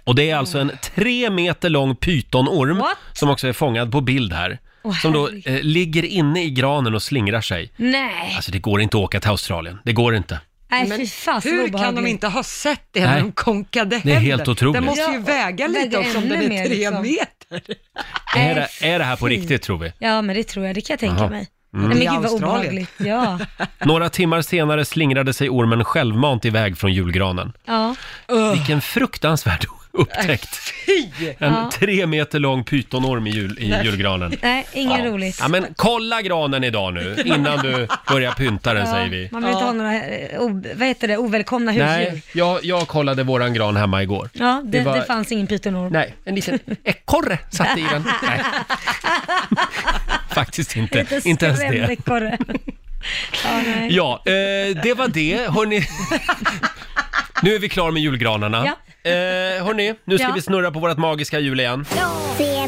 S1: Och det är alltså en tre meter lång pytonorm som också är fångad på bild här.
S18: Åh,
S1: som då
S18: herregud.
S1: eh, ligger inne i granen och slingrar sig.
S18: Nej.
S1: Alltså det går inte att åka till Australien, det går inte.
S18: Nej,
S3: Men
S18: fy fan, så
S3: Hur kan de
S18: obehagligt.
S3: inte ha sett det
S1: Nej.
S3: när de konkade
S1: Det är helt otroligt.
S3: Den måste
S18: Ja,
S3: ju väga lite
S18: väga
S3: också om den
S18: ännu
S3: är
S18: mer,
S3: tre
S18: liksom.
S3: meter.
S1: Är det, är det här på
S18: fy.
S1: riktigt tror vi?
S18: Ja, men det tror jag. Det kan jag tänka
S1: Jaha.
S18: mig.
S1: Mm.
S18: Nej,
S1: I
S18: men gud vad
S1: Australien.
S18: obehagligt. Ja.
S1: Några timmar senare slingrade sig ormen självmant iväg från julgranen.
S18: ja.
S1: Vilken fruktansvärd upptäckt! En
S18: Ja.
S1: tre meter lång pytonorm i, jul, i
S18: Nej.
S1: julgranen.
S18: Nej, inget
S1: Ja.
S18: roligt.
S1: Ja, men kolla granen idag nu, innan du börjar pynta den,
S18: Ja,
S1: säger vi.
S18: Man vill inte ha några eh, o, vad heter det, ovälkomna husdjur.
S1: Nej, jag, jag kollade våran gran hemma igår.
S18: Ja, det, det,
S1: var-
S18: fanns ingen pytonorm.
S1: Nej, en liten ekorre satt i den. Nej. Faktiskt inte. Inte ens det.
S18: Ekorre. Ja, nej.
S1: Ja, eh, det var det. Hörrni, nu är vi klara med julgranarna.
S16: Ja.
S1: Eh, hörni, nu ska
S16: Ja.
S1: vi snurra på vårt magiska hjul igen.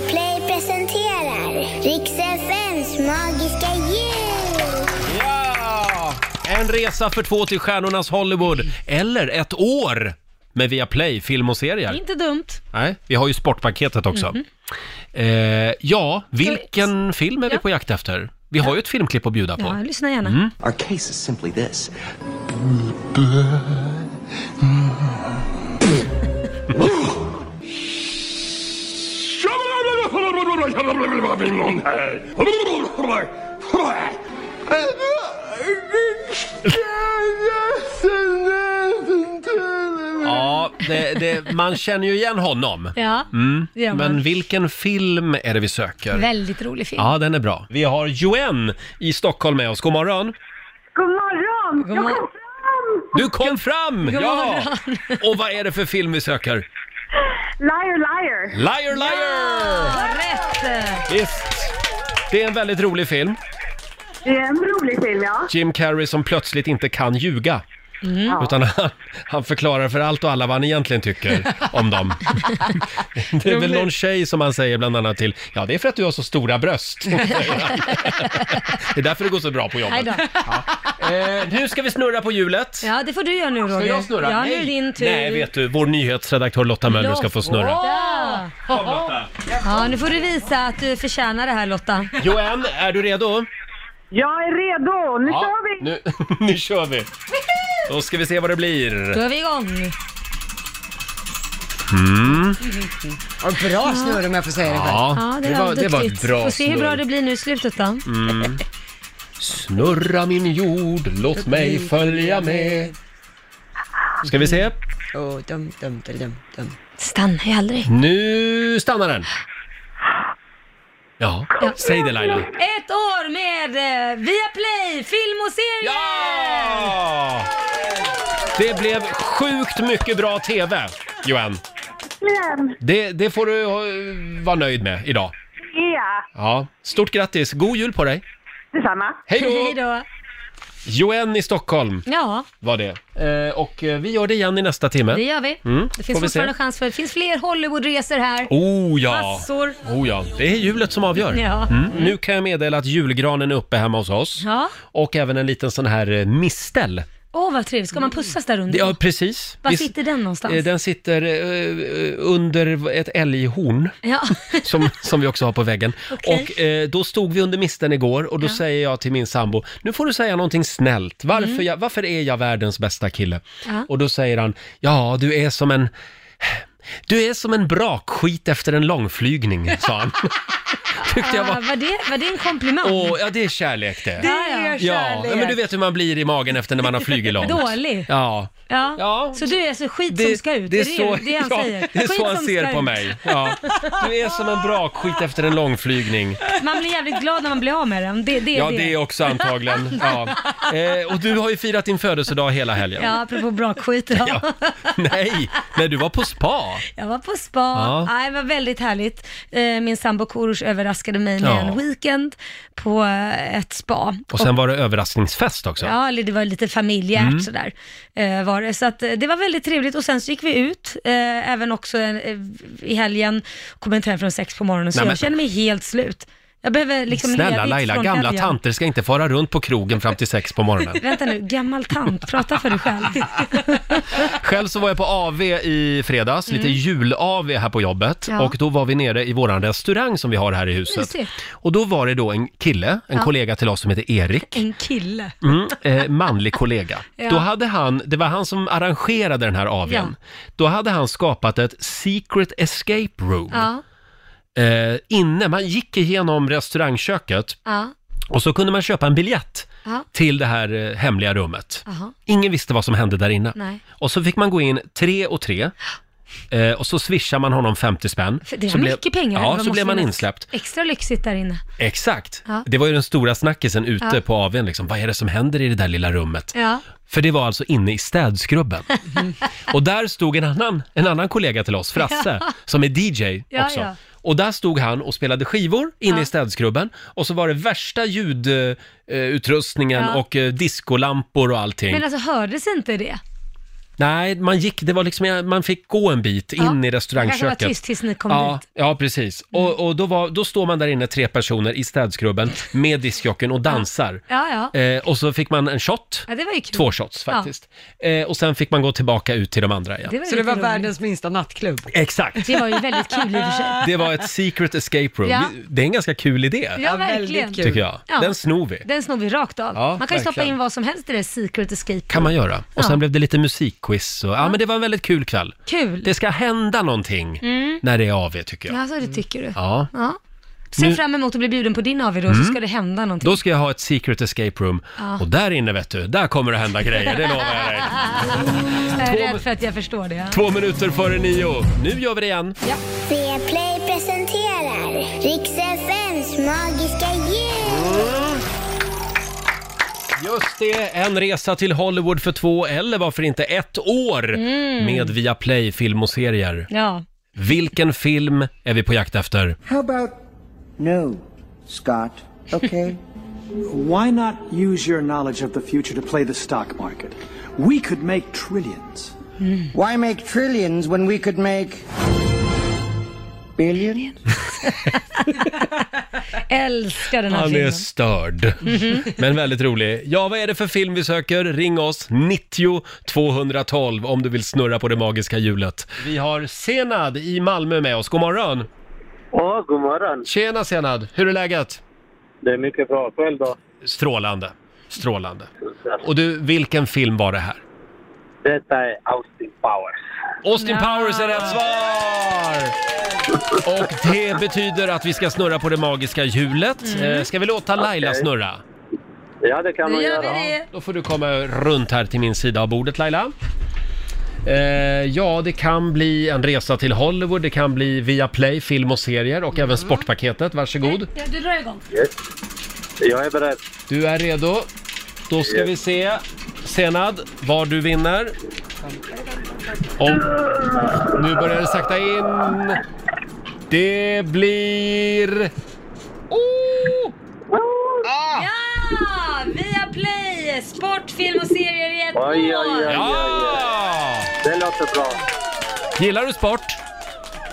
S16: Play presenterar Rix FMs magiska jul.
S1: En resa för två till stjärnornas Hollywood, eller ett år med Viaplay film och serier.
S18: Inte dumt.
S1: Nej, vi har ju sportpaketet också.
S2: Mm-hmm.
S18: Mhm.
S1: Eh, ja, vilken film är vi på jakt efter? Vi har ju ett filmklipp att bjuda
S18: Ja,
S1: på. Mm.
S18: lyssna gärna.
S21: Our case is simply this.
S1: Ja, det, det, man känner ju igen honom.
S2: Ja,
S1: Mm.
S2: det gör man.
S1: Men vilken film är det vi söker?
S2: Väldigt rolig film.
S1: Ja, den är bra. Vi har Joen i Stockholm med oss. God morgon!
S11: God morgon!
S2: God
S11: jag
S2: mor-
S11: kom fram!
S1: Du kom fram!
S11: God
S1: Ja! Och vad är det för film vi söker?
S11: Liar, liar!
S1: Liar, liar! Visst! Det är en väldigt rolig film.
S11: Det är en rolig film, ja.
S1: Jim Carrey som plötsligt inte kan ljuga.
S11: Ja.
S1: Mm. Utan han, han förklarar för allt och alla vad han egentligen tycker om dem. Det är väl någon tjej som han säger bland annat till, ja det är för att du har så stora bröst. Det är därför det går så bra på
S2: Aj
S1: jobbet.
S2: då.
S1: Eh, nu ska vi snurra på hjulet.
S2: Ja, det får du göra nu Roger.
S1: Ska jag snurra?
S2: Ja, nu är det din tur.
S1: Nej, vet du, vår nyhetsredaktör Lotta Möller ska få snurra.
S2: Lotta! Ja, nu får du visa att du förtjänar det här Lotta.
S1: Johan, är du redo?
S11: Jag är redo! Nu
S1: Ja,
S11: kör vi!
S1: Nu, nu kör vi! Då ska vi se vad det blir.
S2: Då är vi igång.
S1: Mm.
S3: Bra snurr om jag får säga det själv.
S1: Ja, det var, det var ett
S2: duktigt.
S1: bra
S2: Får se hur bra
S1: snurr.
S2: det blir nu i slutet då.
S1: Mm. Snurra min jord, låt mig följa med. Ska vi se?
S3: Oh, dum, dum, dum, dum, dum.
S2: Stannar ju aldrig.
S1: Nu stannar den. Ja, säg det Laila.
S2: Ett år med eh, Viaplay, film och serier!
S1: Ja! Det blev sjukt mycket bra TV, Johan.
S11: Verkligen!
S1: Det, det får du eh, vara nöjd med idag.
S11: Ja,
S1: Ja, stort grattis. God jul på dig.
S11: detsamma.
S1: Hej då! Hej
S2: då!
S1: Johan i Stockholm
S2: Ja,
S1: var det. Eh, och eh, vi gör det igen i nästa timme.
S2: det gör vi.
S1: Mm, får
S2: Det finns
S1: vi se.
S2: fortfarande chans för det finns fler Hollywoodresor här.
S1: Oh ja.
S2: Massor.
S1: Oh ja, det är julet som avgör.
S2: Ja.
S1: Mm. Nu kan jag meddela att julgranen är uppe hemma hos oss.
S2: Ja.
S1: Och även en liten sån här eh, mistel.
S2: Åh vad trevligt, ska man pussas där under?
S1: Mm. Ja, precis.
S2: Mm. Var
S1: Vi-
S2: sitter den någonstans?
S1: eh, Den sitter eh, eh, under ett älghorn.
S2: Ja.
S1: Som, som vi också har på väggen.
S2: Okej.
S1: Och eh, då stod vi under misten igår och då
S2: Ja.
S1: säger jag till min sambo, nu får du säga någonting snällt. Varför,
S2: Mm.
S1: jag, varför är jag världens bästa kille?
S2: Ja.
S1: Och då säger han, ja du är som en du är som en brakskit efter en långflygning, sa han. Tyckte jag
S2: Ah,
S1: var...
S2: var, det, var det en komplimang?
S1: Åh, ja det är kärlek det.
S2: Det är
S1: Ja,
S2: kärlek.
S1: ja, men du vet hur man blir i magen efter när man har flugit långt.
S2: Dålig.
S1: Ja.
S2: Ja. Så du är alltså skit som ska ut?
S1: det är så-
S2: det, det han
S1: ja,
S2: säger?
S1: det är
S2: skit
S1: så han
S2: som
S1: ser
S2: ska
S1: på
S2: ut.
S1: mig. Ja. Du är som en brakskit efter en långflygning.
S2: Man blir jävligt glad när man blir av med den. Det, det är
S1: Ja,
S2: det.
S1: det är också antagligen. Ja. Eh, och du har ju firat din födelsedag hela helgen.
S2: Ja, apropå bra skit. Ja.
S1: Nej, nej, du var på spa.
S2: Jag var på spa,
S1: Ja.
S2: Nej, det var väldigt härligt. Eh, Min sambo Korosh överraskade mig med
S1: Ja.
S2: en weekend på eh, ett spa.
S1: Och sen var det överraskningsfest också.
S2: Ja, eller det var lite familjärt
S1: Mm.
S2: sådär. Eh, var det. Så att, eh, det var väldigt trevligt och sen så gick vi ut, eh, även också eh, i helgen, kom inte hem från sex på morgonen, så
S1: Nej, men-
S2: jag känner mig helt slut. Jag behöver liksom
S1: Snälla
S2: ledigt
S1: Laila,
S2: från
S1: gamla
S2: helgen.
S1: tanter ska inte fara runt på krogen fram till sex på morgonen.
S2: Vänta nu, gammal tant, prata för dig själv.
S1: Själv så var jag på AV i fredags, lite
S2: Mm.
S1: jul-AV här på jobbet.
S2: Ja.
S1: Och då var vi nere i våran restaurang som vi har här i huset.
S2: Mysigt.
S1: Och då var det då en kille, en
S2: Ja.
S1: kollega till oss som heter Erik.
S2: En kille.
S1: Mm, eh, manlig kollega.
S2: Ja.
S1: Då hade han, det var han som arrangerade den här AWn. Då hade han skapat ett secret escape room.
S2: Ja,
S1: Eh, inne, man gick igenom restaurangköket
S2: ja,
S1: och så kunde man köpa en biljett
S2: ja.
S1: till det här eh, hemliga rummet.
S2: Aha.
S1: Ingen visste vad som hände där inne.
S2: Nej.
S1: Och så fick man gå in tre och tre. Eh, och så swishar man honom 50 spänn.
S2: För det
S1: så
S2: var mycket pengar.
S1: Ja,
S2: Vad
S1: så
S2: måste
S1: blev man insläppt.
S2: Extra lyxigt där inne.
S1: Exakt.
S2: Ja.
S1: Det var ju den stora snackisen ute
S2: Ja.
S1: på AWn liksom. Vad är det som händer i det där lilla rummet?
S2: Ja.
S1: För det var alltså inne i städskrubben. och där stod en annan, en annan kollega till oss, Frasse,
S2: Ja.
S1: som är DJ
S2: Ja,
S1: också.
S2: ja.
S1: Och där stod han och spelade skivor inne
S2: Ja.
S1: i städskrubben. Och så var det värsta ljudutrustningen
S2: Ja.
S1: och eh, discolampor och allting.
S2: Men alltså hördes inte det?
S1: Nej, man gick, det var liksom, man fick gå en bit in i
S2: Det kanske
S1: restaurangköket.
S2: var tyst tills ni kom
S1: ja,
S2: dit. Mm.
S1: ja, precis. Och, och då, var, då står man där inne, tre personer i städskrubben med diskjocken och dansar.
S2: Ja, ja.
S1: Eh, och så fick man en shot.
S2: ja det var ju kul.
S1: Två shots faktiskt. Eh, och sen fick man gå tillbaka ut till de andra igen.
S2: Det var
S3: Så det
S2: lite
S3: var
S2: roligt.
S3: världens minsta nattklubb?
S1: Exakt.
S2: Det var ju väldigt kul i och för sig.
S1: Det var ett secret escape room.
S2: Ja.
S1: Vi- Det är en ganska kul idé,
S2: Ja, verkligen.
S1: tycker jag.
S2: Ja.
S1: Den snor vi.
S2: Den snor vi rakt av.
S1: Ja,
S2: man kan ju stoppa
S1: verkligen.
S2: in vad som helst i det secret escape.
S1: kan man göra. Och
S2: Ja.
S1: sen blev det lite musikquiz. Och, ja, men det var en väldigt kul kväll.
S2: Kul.
S1: Det ska hända någonting
S2: Mm.
S1: när det är AV tycker jag.
S2: Ja, så det tycker du.
S1: Ja.
S2: Ja. Ser
S1: Nu-
S2: fram emot att bli bjuden på din AW då, så
S1: Mm.
S2: ska det hända någonting.
S1: Då ska jag ha ett secret escape room.
S2: Ja.
S1: Och där inne vet du, där kommer det hända grejer, det lovar jag dig.
S2: Jag är rädd för att jag förstår det.
S1: Två minuter före nio. Nu gör vi det igen.
S16: Viaplay presenterar Rix FMs magiska jul.
S1: Mm. Just det, en resa till Hollywood för två, eller varför inte ett år
S2: Mm.
S1: med Viaplay film och serier.
S2: Ja.
S1: Vilken film är vi på jakt efter?
S21: How about no, Scott? Okay. Why not use your knowledge of the future to play the stock market? We could make trillions.
S2: Mm.
S22: Why make trillions when we could make billions?
S2: Älskar den här
S1: Han är
S2: filmen. Mhm.
S1: störd, men väldigt rolig. Ja, vad är det för film vi söker? Ring oss, 90 212 om du vill snurra på det magiska hjulet. Vi har Senad i Malmö med oss, god morgon!
S11: Ja, god morgon.
S1: Tjena Senad, hur är läget?
S11: Det är mycket bra. Själv då?
S1: Strålande, strålande. Och du, vilken film var det här?
S11: Detta är Austin Powers.
S1: Austin Powers är rätt svar! Och det betyder att vi ska snurra på det magiska hjulet.
S11: Mm.
S1: Eh, Ska vi låta Laila
S11: Okej.
S1: snurra?
S11: Ja, det kan man göra.
S1: Då får du komma runt här till min sida av bordet Laila. Eh, ja, det kan bli en resa till Hollywood, det kan bli via Play, film och serier och även sportpaketet. Varsågod.
S2: Ja, Du drar igång.
S1: Jag är beredd. Du är redo. Då ska vi se, Senad, vad du vinner. Om... Nu börjar det sakta in. Det blir... Oh!
S2: Ja! Via Play, sport, film och serier i ett
S11: Oj, oj,
S2: år.
S11: oj, oj,
S1: oj.
S11: Det låter bra.
S1: Gillar du sport?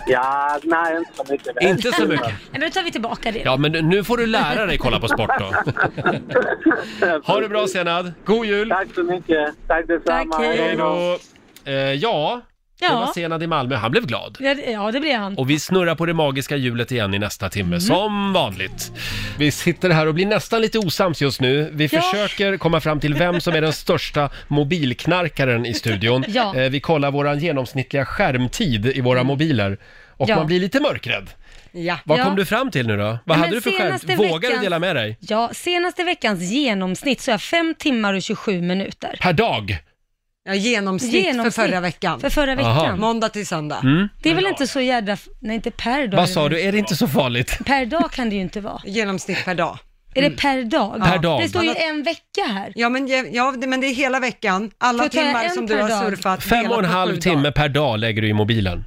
S11: Ja, nej, inte så mycket. Det är
S1: Inte så mycket.
S2: Men då tar vi tillbaka det.
S1: Ja, men nu får du lära dig kolla på sport då. Ha det bra Senad. God jul!
S11: Tack så mycket. Tack detsamma.
S2: Tack, hej.
S1: Hej då! Eh, ja, det
S2: Ja.
S1: var Senad i Malmö. Han blev glad.
S2: Ja, det- Ja, det blir han.
S1: Och vi snurrar på det magiska hjulet igen i nästa timme,
S2: Mm.
S1: som vanligt. Vi sitter här och blir nästan lite osams just nu. Vi
S2: Ja.
S1: försöker komma fram till vem som är den största mobilknarkaren i studion.
S2: Ja. Mm.
S1: Eh, Vi kollar våran genomsnittliga skärmtid i våra mobiler. Och
S2: Ja.
S1: man blir lite mörkrädd.
S2: Ja.
S1: Vad
S2: ja.
S1: kom du fram till nu då? Vad
S2: Men
S1: hade du för
S2: senaste
S1: skärmtid? Vågar du
S2: veckans-
S1: dela med dig?
S2: Ja, senaste veckans genomsnitt så är jag 5 timmar och 27 minuter.
S1: Per dag?
S2: Ja, genomsnitt,
S3: för förra veckan.
S2: För förra veckan.
S1: Aha.
S3: Måndag till söndag.
S1: Mm.
S2: Det är väl inte så jädra... f- Nej, inte per dag.
S1: Vad sa du, är det inte så farligt?
S2: Per dag kan det ju inte vara.
S3: Genomsnitt per dag.
S2: Är det per dag?
S1: Mm. Per dag.
S2: Det står ju en vecka här.
S3: Ja men, ja, ja, det- men det är hela veckan. Alla
S2: Då tar jag
S3: timmar
S2: en
S3: som du
S2: per
S3: har
S2: dag.
S3: surfat.
S1: Fem
S3: delat
S1: och en
S3: på
S1: halv
S3: sju
S1: timme per dag lägger du i mobilen.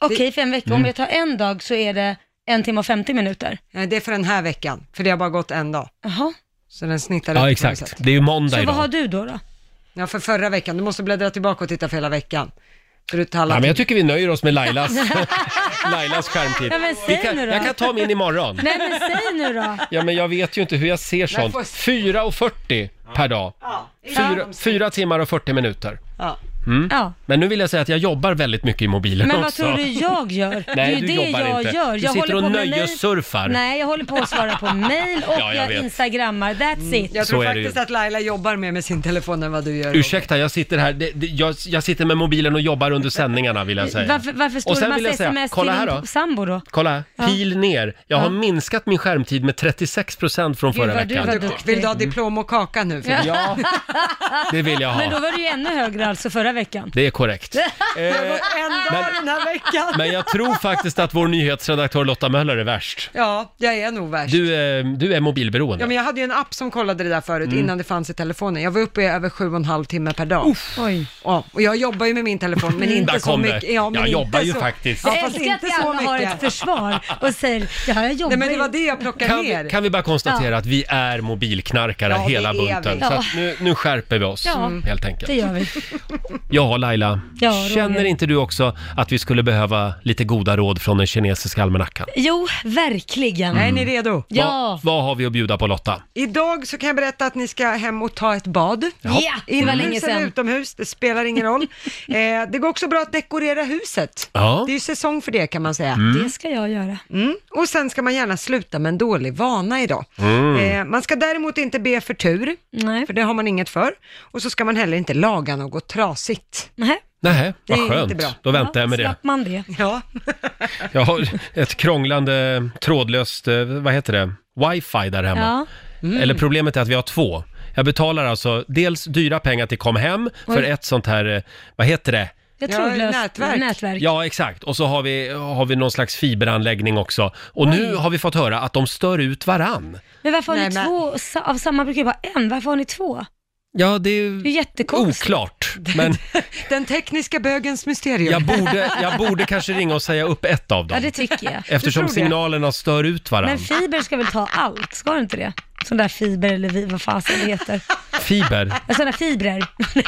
S2: Okej, för en vecka. Om
S1: Mm.
S2: jag tar en dag så är det en timme och 50 minuter.
S3: Nej, det är för den här veckan, för det har bara gått en dag.
S2: Jaha.
S3: Så den snittar
S1: Ja,
S3: ut på något
S1: exakt.
S3: sätt.
S1: Det är ju måndag idag.
S2: du då? då?
S3: Ja, för förra veckan. Du måste bläddra tillbaka och titta för hela veckan. För du tar alla
S1: Ja, men jag tycker vi nöjer oss med Lailas, Lailas skärmtid.
S2: Ja, men
S1: Vi
S2: säg
S1: kan,
S2: nu då.
S1: jag kan ta min imorgon.
S2: Nej, men säg nu då.
S1: Ja, men jag vet ju inte hur jag ser sånt.
S2: får-
S1: 4.40 per dag.
S2: Ja.
S1: Fyra, fyra timmar och 40 minuter.
S2: Ja.
S1: Mm.
S2: Ja.
S1: Men nu vill jag säga att jag jobbar väldigt mycket i mobilen
S2: Men vad
S1: också.
S2: tror du jag gör? det är
S1: Nej,
S2: ju
S1: du
S2: det
S1: jobbar
S2: jag
S1: inte.
S2: gör.
S1: Du
S2: jag
S1: sitter och
S2: med mail-
S1: nöjessurfar.
S2: Nej, jag håller på att svara på mail och
S1: Ja, jag
S2: jag,
S1: vet.
S2: instagrammar. That's it.
S3: Mm. Jag
S1: Så
S3: tror
S1: är det ju.
S3: faktiskt att Laila jobbar mer med sin telefon än vad du gör.
S1: Ursäkta, jag sitter här. Det, det, jag, jag sitter med mobilen och jobbar under sändningarna vill jag säga.
S2: Varför, varför står
S1: och
S2: det
S1: sen vill
S2: massa
S1: jag säga,
S2: sms
S1: kolla
S2: till
S1: här
S2: din
S1: då.
S2: sambo då?
S1: Kolla,
S2: Ja.
S1: pil ner. Jag har
S2: Ja.
S1: minskat min skärmtid med 36% från
S2: Gud,
S1: förra
S2: vad du
S1: veckan.
S2: var duktig.
S3: Vill du ha diplom och kaka nu?
S1: Ja. Ja. Det vill jag ha.
S2: Men då var du ju ännu högre alltså förra veckan.
S1: Det är korrekt.
S3: Det var en dag
S1: Eh, men-
S3: den här veckan.
S1: Men jag tror faktiskt att vår nyhetsredaktör Lotta Möller är värst.
S3: Ja, jag är nog värst.
S1: Du, är- du är mobilberoende.
S3: Ja, men jag hade ju en app som kollade det där förut,
S1: Mm.
S3: innan det fanns i telefonen. Jag var uppe i över sju och en halv timme per dag.
S2: Oj.
S3: Ja, och jag jobbar ju med min telefon, men inte
S1: Mm. Där
S3: så
S1: kom det.
S3: mycket. men
S1: Jag
S3: inte
S1: jobbar ju
S3: så.
S1: faktiskt.
S3: Ja,
S2: Jag
S3: fast
S2: älskar att
S3: inte
S2: vi
S3: så
S2: alla har
S3: mycket.
S2: ett försvar och säger ja, jag jobbar
S3: Nej, men det
S2: ju."
S3: var det jag plockade
S1: Kan
S3: ner.
S1: vi, kan vi bara konstatera
S2: Ja.
S1: att vi är mobilknarkare
S2: Ja, det
S1: hela
S2: är vi.
S1: bunten.
S2: Ja.
S1: Så att nu, nu skärper vi oss Mm.
S2: Ja,
S1: helt enkelt.
S2: Det gör vi.
S1: Ja, Laila.
S2: Ja, Roger.
S1: känner inte du också att vi skulle behöva lite goda råd från den kinesiska almanackan?
S2: Jo, verkligen.
S3: Är ni redo?
S1: Vad, vad har vi att bjuda på Lotta?
S3: Idag så kan jag berätta att ni ska hem och ta ett bad.
S1: Jaha. Ja, det var länge
S3: Inomhus
S1: sedan.
S3: eller utomhus, det spelar ingen roll. eh, det går också bra att dekorera huset.
S1: Ja.
S3: Det är ju säsong för det kan man säga.
S2: Det ska jag göra.
S3: Mm. Och sen ska man gärna sluta med en dålig vana idag.
S2: Mm.
S3: Eh, man ska däremot inte be för tur, för det har man inget för. Och så ska man heller inte laga något trasigt.
S2: Nej.
S1: Nej,
S2: Det
S1: vad
S2: är inte
S1: skönt.
S2: bra.
S1: Då väntar jag med det.
S2: Slapp man det.
S3: Ja.
S1: Jag har ett krånglande trådlöst, eh, vad heter det, wifi där hemma.
S2: Ja. Mm.
S1: Eller problemet är att vi har två. Jag betalar alltså dels dyra pengar till Comhem för
S2: Oj.
S1: ett sånt här, eh, vad heter det?
S2: Jag
S3: Ja,
S2: tror det löst-
S3: nätverk.
S2: nätverk.
S1: Ja, exakt. Och så har vi, har vi någon slags fiberanläggning också. Och nu har vi fått höra att de stör ut varann.
S2: Men varför har
S3: Nej,
S2: ni
S3: men-
S2: två? sa- Av samma brukar ju bara en. Varför har ni två?
S1: Ja, det
S2: Det är
S1: är
S2: jättekonstigt.
S1: oklart. Men
S3: Den tekniska bögens mysterium.
S1: jag borde, jag borde kanske ringa och säga upp ett av
S2: Ja,
S1: dem.
S2: det tycker jag.
S1: Eftersom signalerna stör ut
S2: Men
S1: varann.
S2: fiber ska väl ta allt? Ska det inte det? Sån där fiber eller vi, vad fasen det heter.
S1: Fiber.
S2: Ja, Såna fibrer.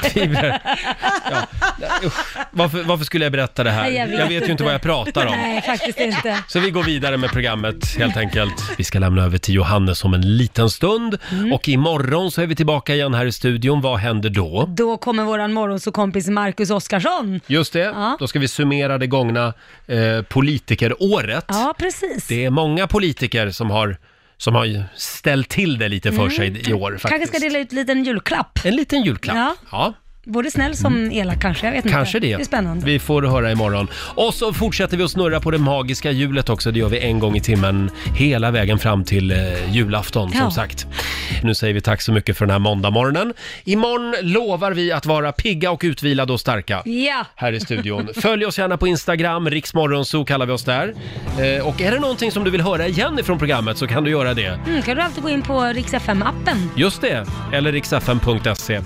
S1: Fiber. Varför, varför skulle jag berätta det här?
S2: Nej,
S1: Jag vet, ju inte vad jag pratar om.
S2: Nej, faktiskt inte.
S1: Så vi går vidare med programmet helt enkelt. Vi ska lämna över till Johannes om en liten stund.
S2: Mm.
S1: Och imorgon så är vi tillbaka igen här i studion. Vad händer då?
S2: Då kommer våran morgonsåkompis Marcus Oskarsson.
S1: Just det,
S2: Ja.
S1: då ska vi summera det gångna eh, politikeråret.
S2: Ja, precis.
S1: Det är många politiker som har, som har ställt till det lite för
S2: Mm.
S1: sig i år
S2: Kanske
S1: faktiskt.
S2: ska dela ut en liten julklapp.
S1: En liten julklapp.
S2: Ja.
S1: Ja.
S2: Både snäll som elak kanske, jag vet
S1: Kanske
S2: inte.
S1: det.
S2: Det är spännande.
S1: Vi får höra imorgon. Och så fortsätter vi att snurra på det magiska hjulet också. Det gör vi en gång i timmen hela vägen fram till eh, julafton
S2: Ja.
S1: som sagt. Nu säger vi tack så mycket för den här måndagmorgonen. Imorgon lovar vi att vara pigga och utvilade och starka.
S2: Ja.
S1: Här i studion. Följ oss gärna på Instagram, riksmorgonso kallar vi oss där. Eh, och är det någonting som du vill höra igen ifrån programmet så kan du göra det.
S2: Mm, kan du alltid gå in på riksfm appen
S1: Just det, eller riksfm.se.